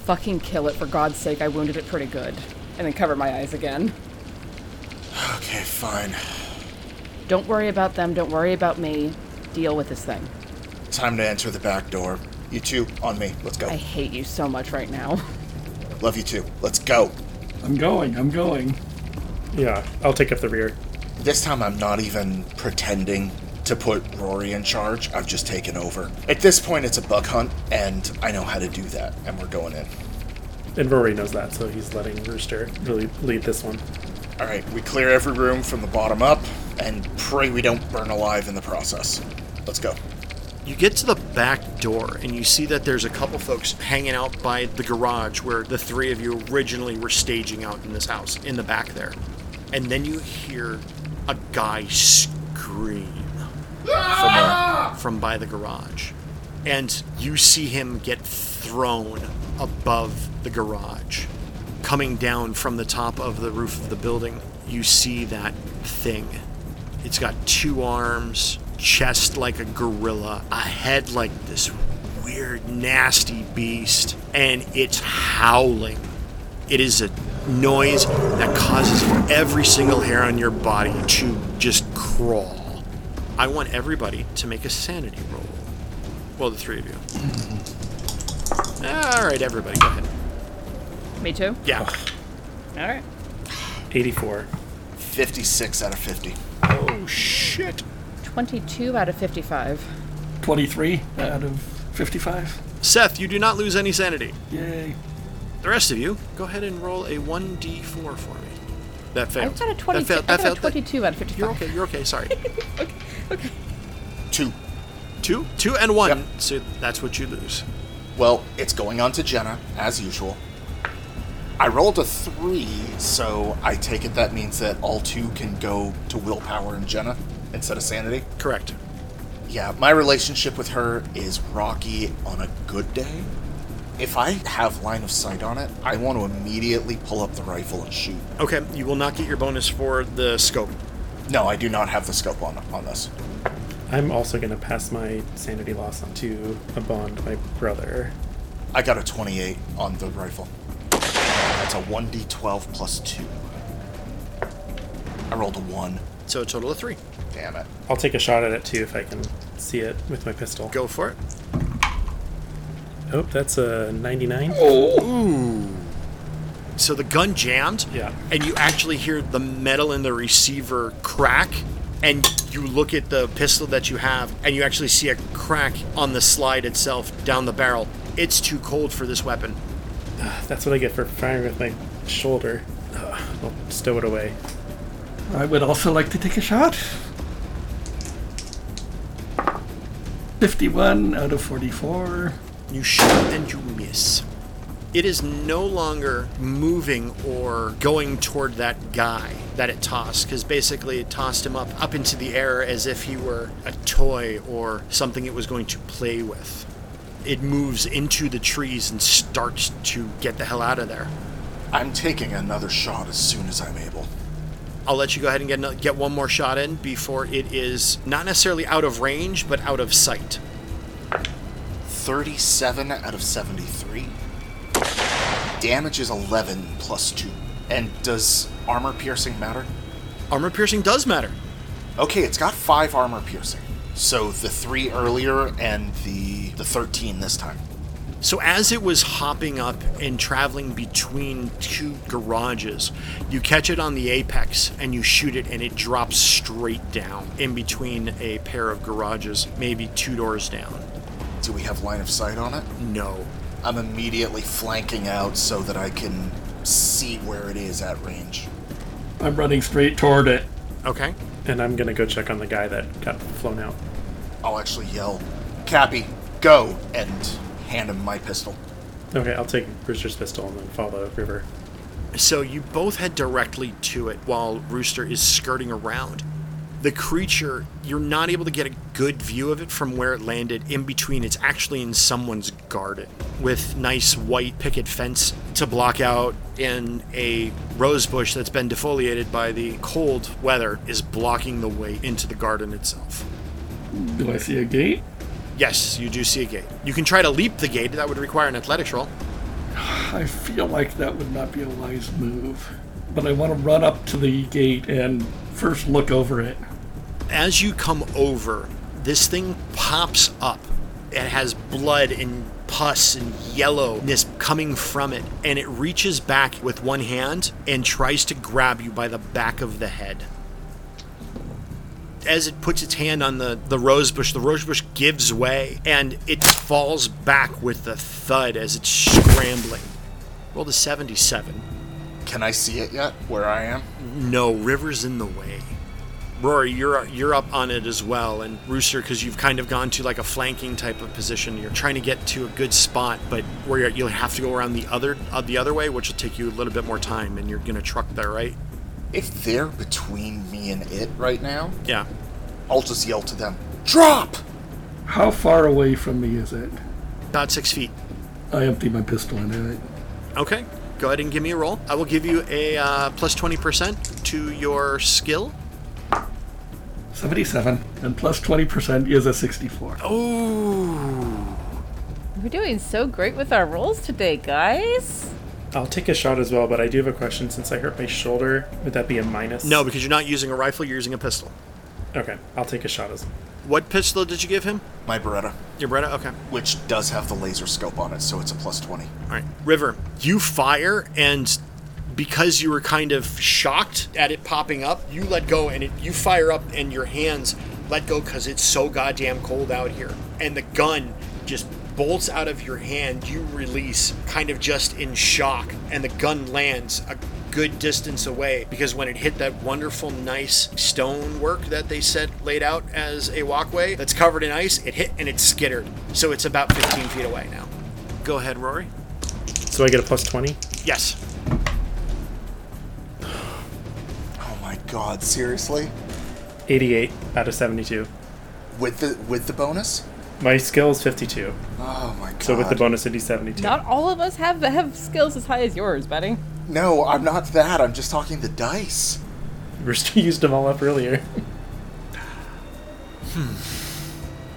F: Fucking kill it, for God's sake. I wounded it pretty good. And then cover my eyes again.
C: Okay, fine.
F: Don't worry about them. Don't worry about me. Deal with this thing.
C: Time to enter the back door. You two, on me. Let's go.
F: I hate you so much right now.
C: Love you two. Let's go.
E: I'm going, I'm going.
D: Yeah, I'll take up the rear.
C: This time I'm not even pretending to put Rory in charge. I've just taken over. At this point, it's a bug hunt, and I know how to do that, and we're going in.
D: And Rory knows that, so he's letting Rooster really lead this one.
C: All right, we clear every room from the bottom up and pray we don't burn alive in the process. Let's go.
B: You get to the back door and you see that there's a couple folks hanging out by the garage where the three of you originally were staging out in this house in the back there. And then you hear a guy scream from, from by the garage. And you see him get thrown above the garage. Coming down from the top of the roof of the building, you see that thing it's got two arms, chest like a gorilla, a head like this weird, nasty beast, and it's howling. It is a noise that causes every single hair on your body to just crawl. I want everybody to make a sanity roll. Well, the three of you. All right, everybody, go ahead.
F: me too?
B: Yeah.
F: All right.
D: 84.
C: 56 out of 50.
B: Oh, shit.
F: 22 out of 55.
E: 23 out of 55.
B: Seth, you do not lose any sanity.
E: Yay.
B: The rest of you, go ahead and roll a 1d4 for me. That failed.
F: I've got a 22,
B: That failed. That
F: I've got a
B: failed.
F: 22 out of 55.
B: You're okay. You're okay. Sorry.
C: Two.
B: two, two, and one.
C: Yep.
B: So that's what you lose.
C: Well, it's going on to Jenna, as usual. I rolled a three, so I take it that means that all two can go to willpower and Jenna instead of sanity.
B: Correct.
C: Yeah, my relationship with her is rocky on a good day. If I have line of sight on it, I want to immediately pull up the rifle and shoot.
B: Okay. You will not get your bonus for the scope.
C: No, I do not have the scope on on this.
D: I'm also going to pass my sanity loss on to a bond, my brother.
C: I got a 28 on the rifle. That's a 1d12 plus 2. I rolled a one.
B: So a total of three.
C: Damn it.
D: I'll take a shot at it too if I can see it with my pistol.
B: Go for it.
D: Oh, that's a 99.
E: Oh,
B: So the gun jammed.
D: Yeah.
B: And you actually hear the metal in the receiver crack. And you look at the pistol that you have, and you actually see a crack on the slide itself down the barrel. It's too cold for this weapon.
D: That's what I get for firing with my shoulder. Ugh, I'll stow it away.
E: I would also like to take a shot. 51 out of 44.
B: You shoot and you miss. It is no longer moving or going toward that guy that it tossed, because basically it tossed him up up into the air as if he were a toy or something it was going to play with. It moves into the trees and starts to get the hell out of there.
C: I'm taking another shot as soon as I'm able.
B: I'll let you go ahead and get ano- get one more shot in before it is not necessarily out of range, but out of sight.
C: 37 out of 73. Damage is 11 plus 2. And does armor piercing matter?
B: Armor piercing does matter.
C: Okay, it's got 5 armor piercing. So the 3 earlier and the the 13 this time.
B: So as it was hopping up and traveling between two garages, you catch it on the apex and you shoot it and it drops straight down in between a pair of garages, maybe two doors down.
C: Do we have line of sight on it?
B: No.
C: I'm immediately flanking out so that I can see where it is at range.
E: I'm running straight toward it.
B: Okay.
D: And I'm gonna go check on the guy that got flown out.
C: I'll actually yell, "Cappy, go!" and hand him my pistol.
D: Okay, I'll take Brewster's pistol and then follow River.
B: So you both head directly to it while Rooster is skirting around. The creature, you're not able to get a good view of it from where it landed. In between, it's actually in someone's garden with nice white picket fence to block out, and a rose bush that's been defoliated by the cold weather is blocking the way into the garden itself.
E: Do I see a gate?
B: Yes, you do see a gate. You can try to leap the gate, that would require an athletics roll.
E: I feel like that would not be a wise move. But I want to run up to the gate and first look over it.
B: as you come over, this thing pops up. It has blood and pus and yellowness coming from it, and it reaches back with one hand and tries to grab you by the back of the head. As it puts its hand on the, the rose bush, the rose bush gives way and it falls back with a thud as it's scrambling. Roll to 77.
C: Can I see it yet? Where I am?
B: No, River's in the way. Rory, you're you're up on it as well, and Rooster, because you've kind of gone to like a flanking type of position. You're trying to get to a good spot, but where you're, you'll have to go around the other uh, the other way, which will take you a little bit more time, and you're gonna truck there, right?
C: If they're between me and it right now,
B: Yeah.
C: I'll just yell to them, "Drop!"
E: How far away from me is it?
B: About six feet.
E: I empty my pistol into it.
B: Okay. Go ahead and give me a roll. I will give you a uh, plus twenty percent to your skill.
E: 77. And plus 20% is a 64.
B: Ooh.
F: We're doing so great with our rolls today, guys.
D: I'll take a shot as well, but I do have a question. Since I hurt my shoulder, would that be a minus?
B: No, because you're not using a rifle. You're using a pistol.
D: Okay, I'll take a shot as
B: What pistol did you give him?
C: My Beretta,
B: Your Beretta. Okay.
C: which does have the laser scope on it, so it's a plus 20.
B: All right, River, you fire, and because you were kind of shocked at it popping up, you let go, and it, you fire up, and your hands let go because it's so goddamn cold out here, and the gun just bolts out of your hand. You release, kind of just in shock, and the gun lands a good distance away because when it hit that wonderful nice stone work that they said laid out as a walkway that's covered in ice it hit and it skittered so it's about 15 feet away now go ahead rory
D: So I get a plus 20?
B: Yes.
C: Oh my god, seriously?
D: 88 out of 72.
C: With the with the bonus?
D: My skill is 52.
C: Oh my god.
D: So with the bonus, it'd be 72.
F: Not all of us have have skills as high as yours, buddy.
C: No, I'm not that. I'm just talking the dice.
D: Rooster used them all up earlier. Hmm.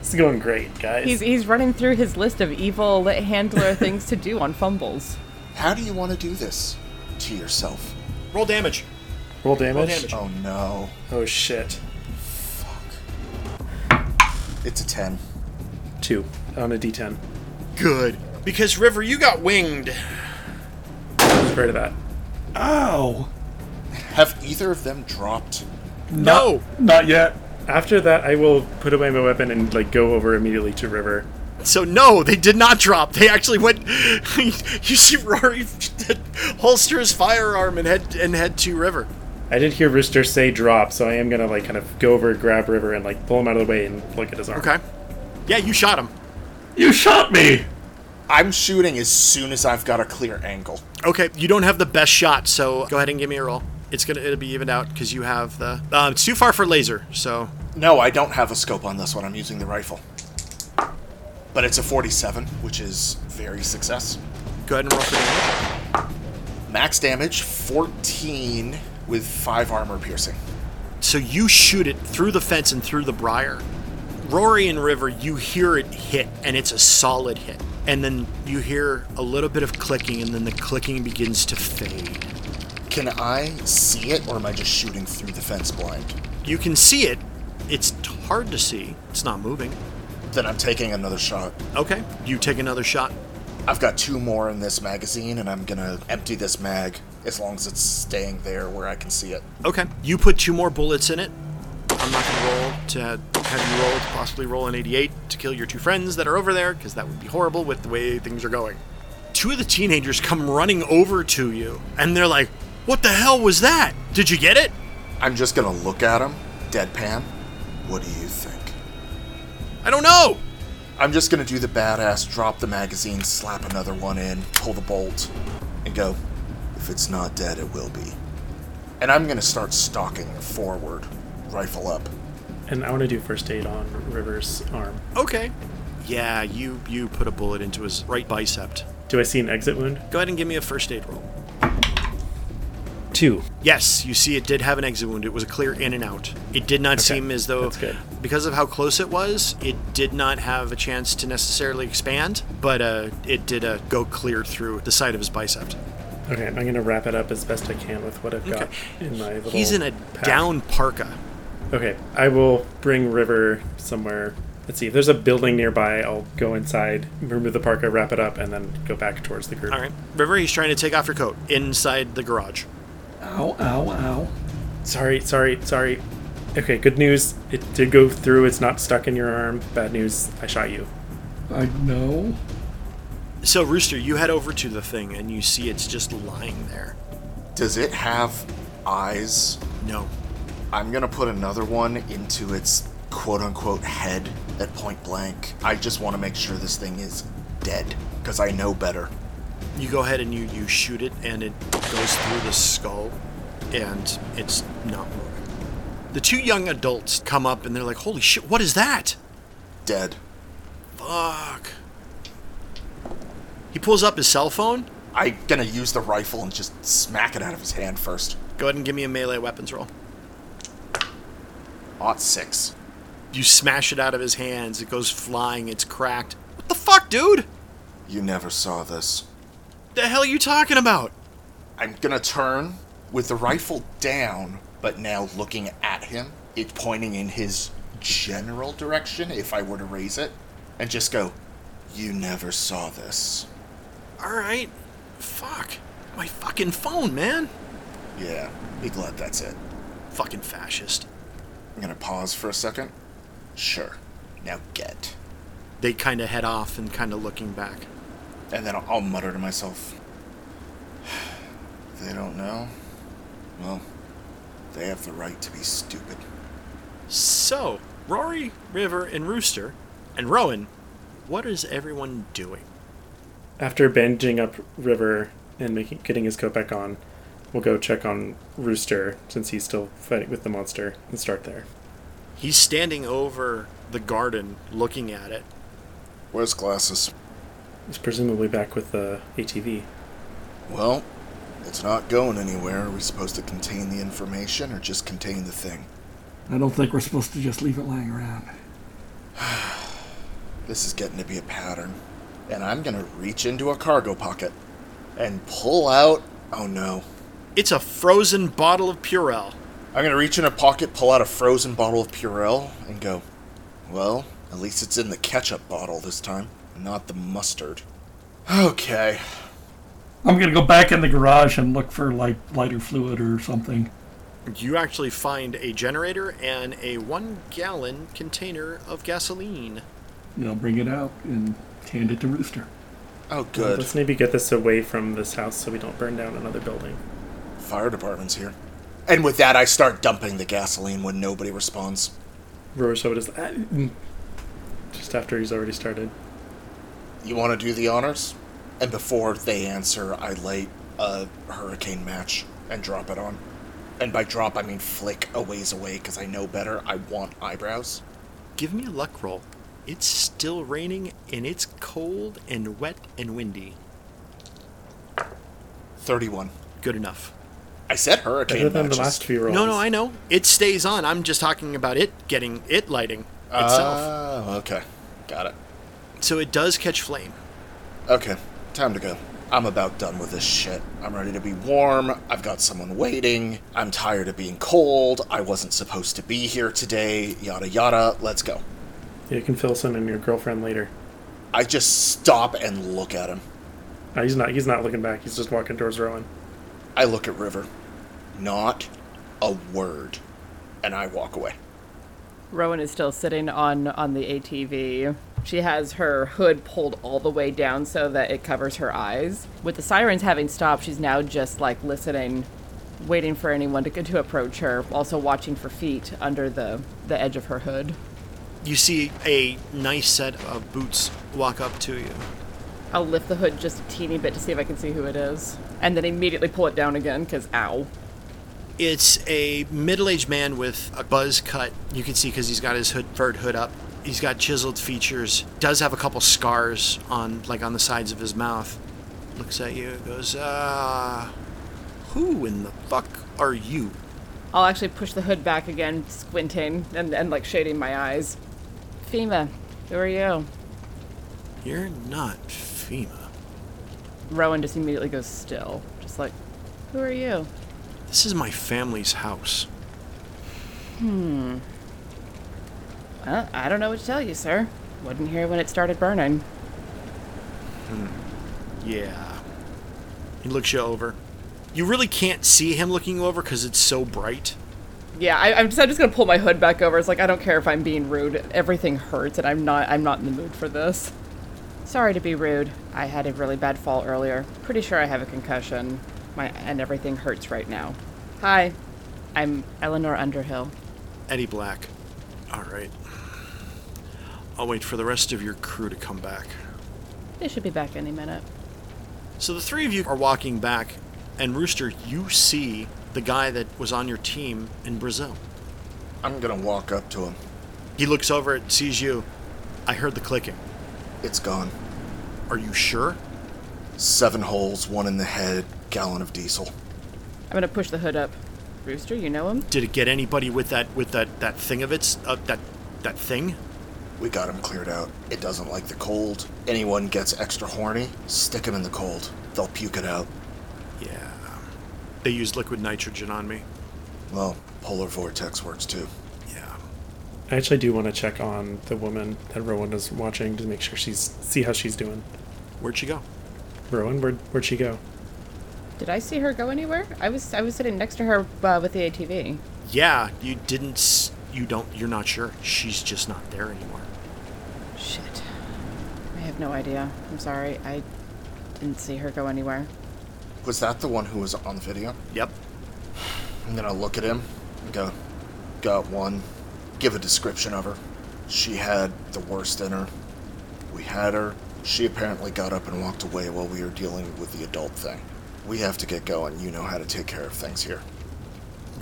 D: this is going great, guys.
F: He's he's running through his list of evil handler things to do on fumbles.
C: How do you want to do this to yourself?
B: Roll damage.
D: Roll damage.
B: damage.
C: Oh no.
D: Oh shit.
C: It's a 10.
D: Two on a D10.
B: Good. Because River, you got winged.
D: Spray to that.
E: Ow!
C: Have either of them dropped?
B: No.
E: Not yet.
D: After that, I will put away my weapon and like go over immediately to River.
B: So no, they did not drop. They actually went. you see Rory holster his firearm and head and head to River.
D: I did hear Rooster say drop, so I am gonna like kind of go over, grab River, and like pull him out of the way and look at his arm.
B: Okay. Yeah, you shot him.
E: You shot me!
C: I'm shooting as soon as I've got a clear angle.
B: Okay, you don't have the best shot, so go ahead and give me a roll. It's gonna it'll be evened out because you have the. Um, it's too far for laser, so
C: No, I don't have a scope on this one. I'm using the rifle. But it's a 47, which is very success.
B: go ahead and roll for damage.
C: Max damage 14 with 5 armor piercing.
B: So you shoot it through the fence and through the briar. Rory and River, you hear it hit, and it's a solid hit. And then you hear a little bit of clicking, and then the clicking begins to fade.
C: Can I see it or am I just shooting through the fence blind?
B: You can see it. It's hard to see. It's not moving.
C: Then I'm taking another shot.
B: Okay, you take another shot.
C: I've got two more in this magazine and I'm gonna empty this mag as long as it's staying there where I can see it.
B: Okay, you put two more bullets in it. I'm not gonna roll to have you roll to possibly roll an 88 to kill your two friends that are over there because that would be horrible with the way things are going. Two of the teenagers come running over to you and they're like, "What the hell was that? Did you get it?"
C: I'm just gonna look at him, deadpan. What do you think?
B: I don't know.
C: I'm just gonna do the badass, drop the magazine, slap another one in, pull the bolt, and go, if it's not dead, it will be. And I'm gonna start stalking forward, rifle up.
D: And I want to do first aid on River's arm.
B: Okay. Yeah, you you put a bullet into his right bicep.
D: Do I see an exit wound?
B: Go ahead and give me a first aid roll.
D: Two.
B: Yes, you see, it did have an exit wound. It was a clear in and out. It did not seem as though,
D: that's good.
B: because of how close it was, it did not have a chance to necessarily expand, but uh, it did uh, go clear through the side of his bicep.
D: Okay, I'm gonna wrap it up as best I can with what I've got in my little.
B: He's in a
D: pack.
B: down parka.
D: Okay, I will bring River somewhere. Let's see if there's a building nearby. I'll go inside, remove the parka, wrap it up, and then go back towards the group.
B: All right. River, he's trying to take off your coat inside the garage.
E: Ow, ow, ow.
D: Sorry, sorry, sorry. Okay, good news. It did go through. It's not stuck in your arm. Bad news. I shot you.
E: I know.
B: So, Rooster, you head over to the thing and you see it's just lying there.
C: Does it have eyes?
B: No.
C: I'm gonna put another one into its quote unquote head at point blank. I just wanna make sure this thing is dead, because I know better.
B: You go ahead and you, you shoot it, and it goes through the skull, and it's not moving. The two young adults come up and they're like, Holy shit, what is that?
C: Dead.
B: Fuck. He pulls up his cell phone.
C: I'm gonna use the rifle and just smack it out of his hand first.
B: Go ahead and give me a melee weapons roll.
C: Ought six.
B: You smash it out of his hands, it goes flying, it's cracked. What the fuck, dude?
C: You never saw this.
B: The hell are you talking about?
C: I'm gonna turn with the rifle down, but now looking at him, it pointing in his general direction if I were to raise it, and just go, You never saw this.
B: Alright. Fuck. My fucking phone, man.
C: Yeah, be glad that's it.
B: Fucking fascist.
C: I'm gonna pause for a second. Sure. Now get.
B: They kind of head off and kind of looking back.
C: And then I'll, I'll mutter to myself, They don't know? Well, they have the right to be stupid.
B: So, Rory, River, and Rooster, and Rowan, what is everyone doing?
D: After bandaging up River and making getting his coat back on, we'll go check on Rooster since he's still fighting with the monster and start there.
B: He's standing over the garden looking at it.
C: Where's glasses?
D: He's presumably back with the ATV.
C: Well, it's not going anywhere. Are we supposed to contain the information or just contain the thing?
E: I don't think we're supposed to just leave it lying around.
C: This is getting to be a pattern. And I'm gonna reach into a cargo pocket and pull out. Oh no,
B: It's a frozen bottle of Purell.
C: I'm gonna reach in a pocket, pull out a frozen bottle of Purell, and go, well, at least it's in the ketchup bottle this time, not the mustard. Okay.
E: I'm gonna go back in the garage and look for like lighter fluid or something.
B: You actually find a generator and a one gallon container of gasoline.
E: And I'll bring it out and hand it to Rooster.
C: Oh, good.
D: Let's maybe get this away from this house so we don't burn down another building.
C: Fire department's here. And with that, I start dumping the gasoline when nobody responds.
D: Rorschach is "Ah, mm," just after he's already started.
C: You want to do the honors? And before they answer, I light a hurricane match and drop it on. And by drop, I mean flick a ways away because I know better. I want eyebrows.
B: Give me a luck roll. It's still raining and it's cold and wet and windy.
C: 31.
B: Good enough.
C: I said hurricane
D: Better than
C: matches.
D: the last few rolls.
B: No, no, I know. It stays on. I'm just talking about it getting it lighting itself.
C: Oh, okay. Got it.
B: So it does catch flame.
C: Okay, time to go. I'm about done with this shit. I'm ready to be warm. I've got someone waiting. I'm tired of being cold. I wasn't supposed to be here today. Yada yada. Let's go.
D: You can fill some in your girlfriend later.
C: I just stop and look at him.
D: No, he's not. He's not looking back. He's just walking towards Rowan.
C: I look at River. Not a word. And I walk away.
F: Rowan is still sitting on on the ATV. She has her hood pulled all the way down so that it covers her eyes. With the sirens having stopped, she's now just like listening, waiting for anyone to to approach her, also watching for feet under the the edge of her hood.
B: You see a nice set of boots walk up to you.
F: I'll lift the hood just a teeny bit to see if I can see who it is, and then immediately pull it down again cuz ow.
B: It's a middle-aged man with a buzz cut. You can see because he's got his hood, furred hood up. He's got chiseled features. Does have a couple scars on, like on the sides of his mouth. Looks at you. and Goes, uh, who in the fuck are you?
F: I'll actually push the hood back again, squinting and, and like shading my eyes. FEMA, who are you?
B: You're not FEMA.
F: Rowan just immediately goes still, just like, "Who are you?"
B: This is my family's house.
F: Uh, I don't know what to tell you, sir. Wasn't here when it started burning.
B: Yeah. He looks you over. You really can't see him looking you over because it's so bright.
F: Yeah, I, I'm just I'm just gonna pull my hood back over. It's like I don't care if I'm being rude. Everything hurts, and I'm not I'm not in the mood for this. Sorry to be rude. I had a really bad fall earlier. Pretty sure I have a concussion. My and everything hurts right now. Hi, I'm Eleanor Underhill.
B: Eddie Black. All right. I'll wait for the rest of your crew to come back.
F: They should be back any minute.
B: So the three of you are walking back, and Rooster, you see the guy that was on your team in Brazil.
C: I'm gonna walk up to him.
B: He looks over, it sees you. I heard the clicking.
C: It's gone.
B: Are you sure?
C: Seven holes, one in the head, gallon of diesel.
F: I'm gonna push the hood up. Rooster, you know him?
B: Did it get anybody with that with that that thing of its uh, that that thing?
C: We got him cleared out. It doesn't like the cold. Anyone gets extra horny, stick him in the cold. They'll puke it out.
B: Yeah. They used liquid nitrogen on me.
C: Well, polar vortex works too.
B: Yeah.
D: I actually do want to check on the woman that Rowan is watching to make sure she's see how she's doing.
B: Where'd she go?
D: Rowan, where'd where'd she go?
F: Did I see her go anywhere? I was I was sitting next to her uh, with the ATV.
B: Yeah, you didn't. s- You don't. You're not sure. She's just not there anymore.
F: Shit. I have no idea. I'm sorry. I didn't see her go anywhere.
C: Was that the one who was on the video?
B: Yep.
C: I'm gonna look at him and go, Got one. Give a description of her. She had the worst in her. We had her. She apparently got up and walked away while we were dealing with the adult thing. We have to get going. You know how to take care of things here.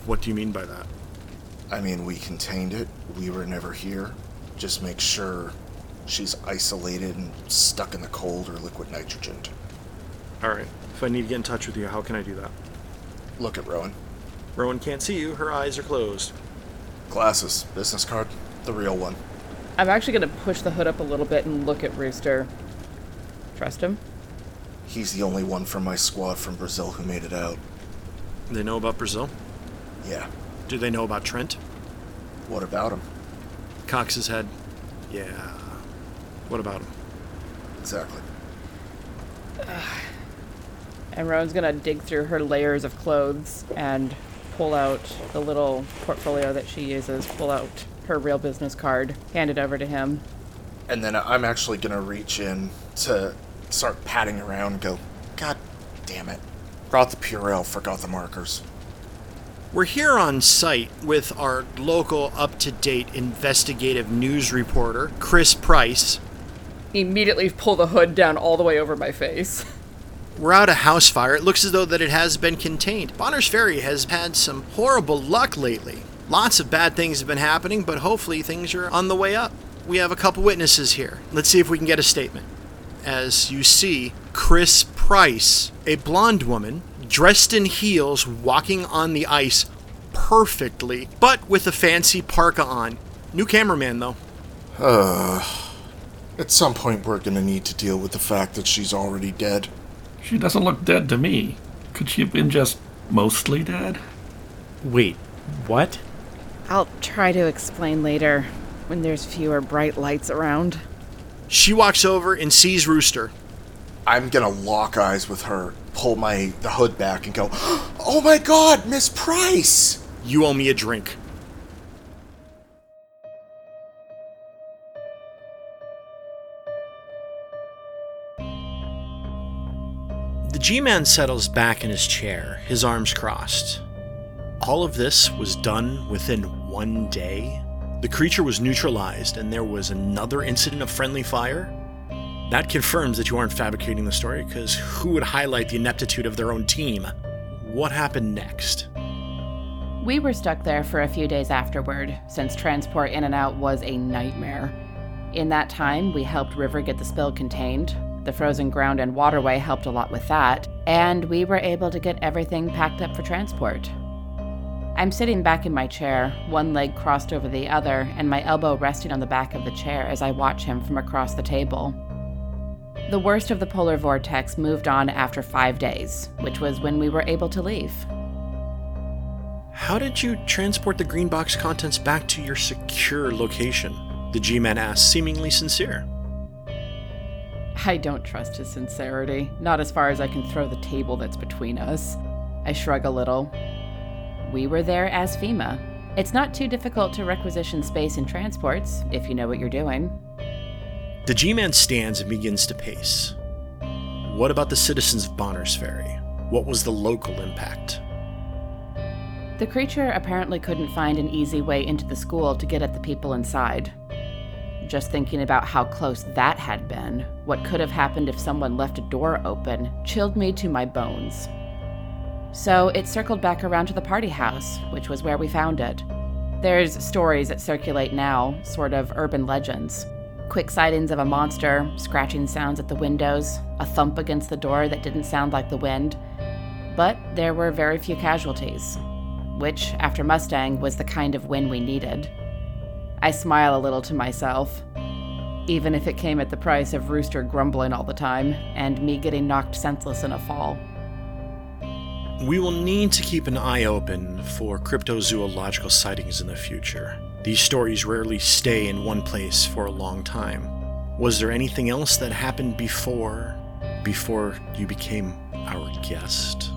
B: What do you mean by that?
C: I mean, we contained it. We were never here. Just make sure she's isolated and stuck in the cold or liquid nitrogen.
B: All right. If I need to get in touch with you, how can I do that?
C: Look at Rowan.
B: Rowan can't see you. Her eyes are closed.
C: Glasses, business card, the real one.
F: I'm actually going to push the hood up a little bit and look at Rooster. Trust him?
C: He's the only one from my squad from Brazil who made it out.
B: They know about Brazil?
C: Yeah.
B: Do they know about Trent?
C: What about him?
B: Cox's head? Yeah. What about him?
C: Exactly.
F: And Roan's gonna dig through her layers of clothes and pull out the little portfolio that she uses, pull out her real business card, hand it over to him.
C: And then I'm actually gonna reach in to start patting around. and Go, God damn it! Brought the Purell, forgot the markers.
B: We're here on site with our local up to date investigative news reporter, Chris Price.
F: Immediately pull the hood down all the way over my face.
B: We're out a house fire. It looks as though that it has been contained. Bonner's Ferry has had some horrible luck lately. Lots of bad things have been happening, but hopefully things are on the way up. We have a couple witnesses here. Let's see if we can get a statement. As you see, Chris Price, a blonde woman, dressed in heels, walking on the ice perfectly, but with a fancy parka on. New cameraman, though.
C: At some point, we're gonna need to deal with the fact that she's already dead.
E: She doesn't look dead to me. Could she have been just mostly dead?
G: Wait, what?
F: I'll try to explain later when there's fewer bright lights around.
B: She walks over and sees Rooster.
C: I'm gonna lock eyes with her, pull my the hood back, and go, "Oh my God, Miss Price!"
B: You owe me a drink. The G Man settles back in his chair, his arms crossed. All of this was done within one day. The creature was neutralized, and there was another incident of friendly fire. That confirms that you aren't fabricating the story, because who would highlight the ineptitude of their own team? What happened next?
A: We were stuck there for a few days afterward, since transport in and out was a nightmare. In that time, we helped River get the spill contained. The frozen ground and waterway helped a lot with that, and we were able to get everything packed up for transport. I'm sitting back in my chair, one leg crossed over the other, and my elbow resting on the back of the chair as I watch him from across the table. The worst of the polar vortex moved on after five days, which was when we were able to leave.
B: How did you transport the green box contents back to your secure location? The G Man asked, seemingly sincere.
F: I don't trust his sincerity, not as far as I can throw the table that's between us.
A: I shrug a little. We were there as FEMA. It's not too difficult to requisition space and transports if you know what you're doing.
B: The G Man stands and begins to pace. What about the citizens of Bonner's Ferry? What was the local impact?
A: The creature apparently couldn't find an easy way into the school to get at the people inside. Just thinking about how close that had been, what could have happened if someone left a door open, chilled me to my bones. So it circled back around to the party house, which was where we found it. There's stories that circulate now, sort of urban legends. Quick sightings of a monster, scratching sounds at the windows, a thump against the door that didn't sound like the wind. But there were very few casualties, which, after Mustang, was the kind of win we needed. I smile a little to myself, even if it came at the price of Rooster grumbling all the time and me getting knocked senseless in a fall.
B: We will need to keep an eye open for cryptozoological sightings in the future. These stories rarely stay in one place for a long time. Was there anything else that happened before before you became our guest?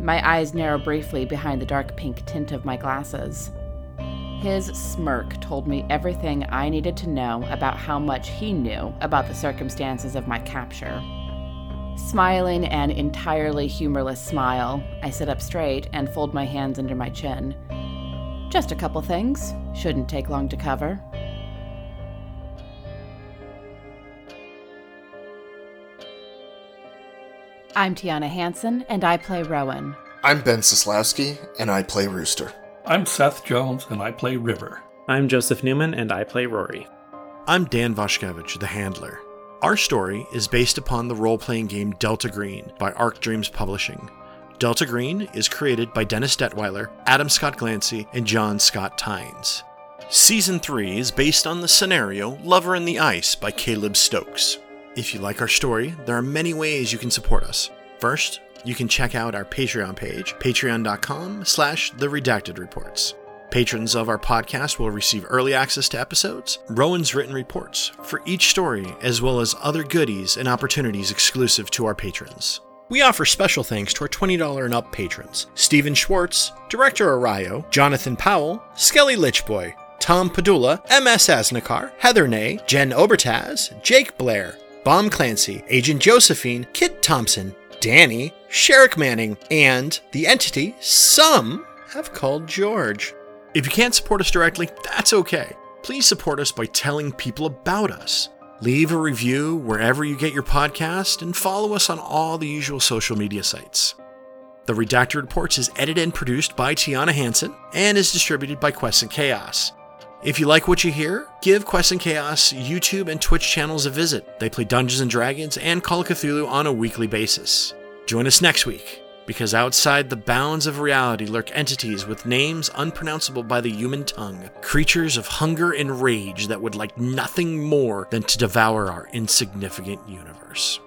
A: My eyes narrow briefly behind the dark pink tint of my glasses. His smirk told me everything I needed to know about how much he knew about the circumstances of my capture. Smiling an entirely humorless smile, I sit up straight and fold my hands under my chin. Just a couple things, shouldn't take long to cover. I'm Tiana Hansen, and I play Rowan.
C: I'm Ben Sislavsky, and I play Rooster.
E: I'm Seth Jones and I play River.
G: I'm Joseph Newman and I play Rory.
B: I'm Dan Voshkevich, the handler. Our story is based upon the role playing game Delta Green by Arc Dreams Publishing. Delta Green is created by Dennis Detweiler, Adam Scott Glancy, and John Scott Tynes. Season 3 is based on the scenario Lover in the Ice by Caleb Stokes. If you like our story, there are many ways you can support us. First, You can check out our Patreon page, patreon.com slash the redacted reports. Patrons of our podcast will receive early access to episodes, Rowan's written reports for each story, as well as other goodies and opportunities exclusive to our patrons. We offer special thanks to our $20 and up patrons Stephen Schwartz, Director Arayo, Jonathan Powell, Skelly Lichboy, Tom Padula, MS Asnikar, Heather Nay, Jen Obertaz, Jake Blair, Bomb Clancy, Agent Josephine, Kit Thompson, Danny, Sherrick Manning, and the entity some have called George. If you can't support us directly, that's okay. Please support us by telling people about us. Leave a review wherever you get your podcast and follow us on all the usual social media sites. The Redacted Reports is edited and produced by Tiana Hansen and is distributed by Quest and Chaos. If you like what you hear, give Quest and Chaos YouTube and Twitch channels a visit. They play Dungeons and Dragons and Call of Cthulhu on a weekly basis. Join us next week, because outside the bounds of reality lurk entities with names unpronounceable by the human tongue, creatures of hunger and rage that would like nothing more than to devour our insignificant universe.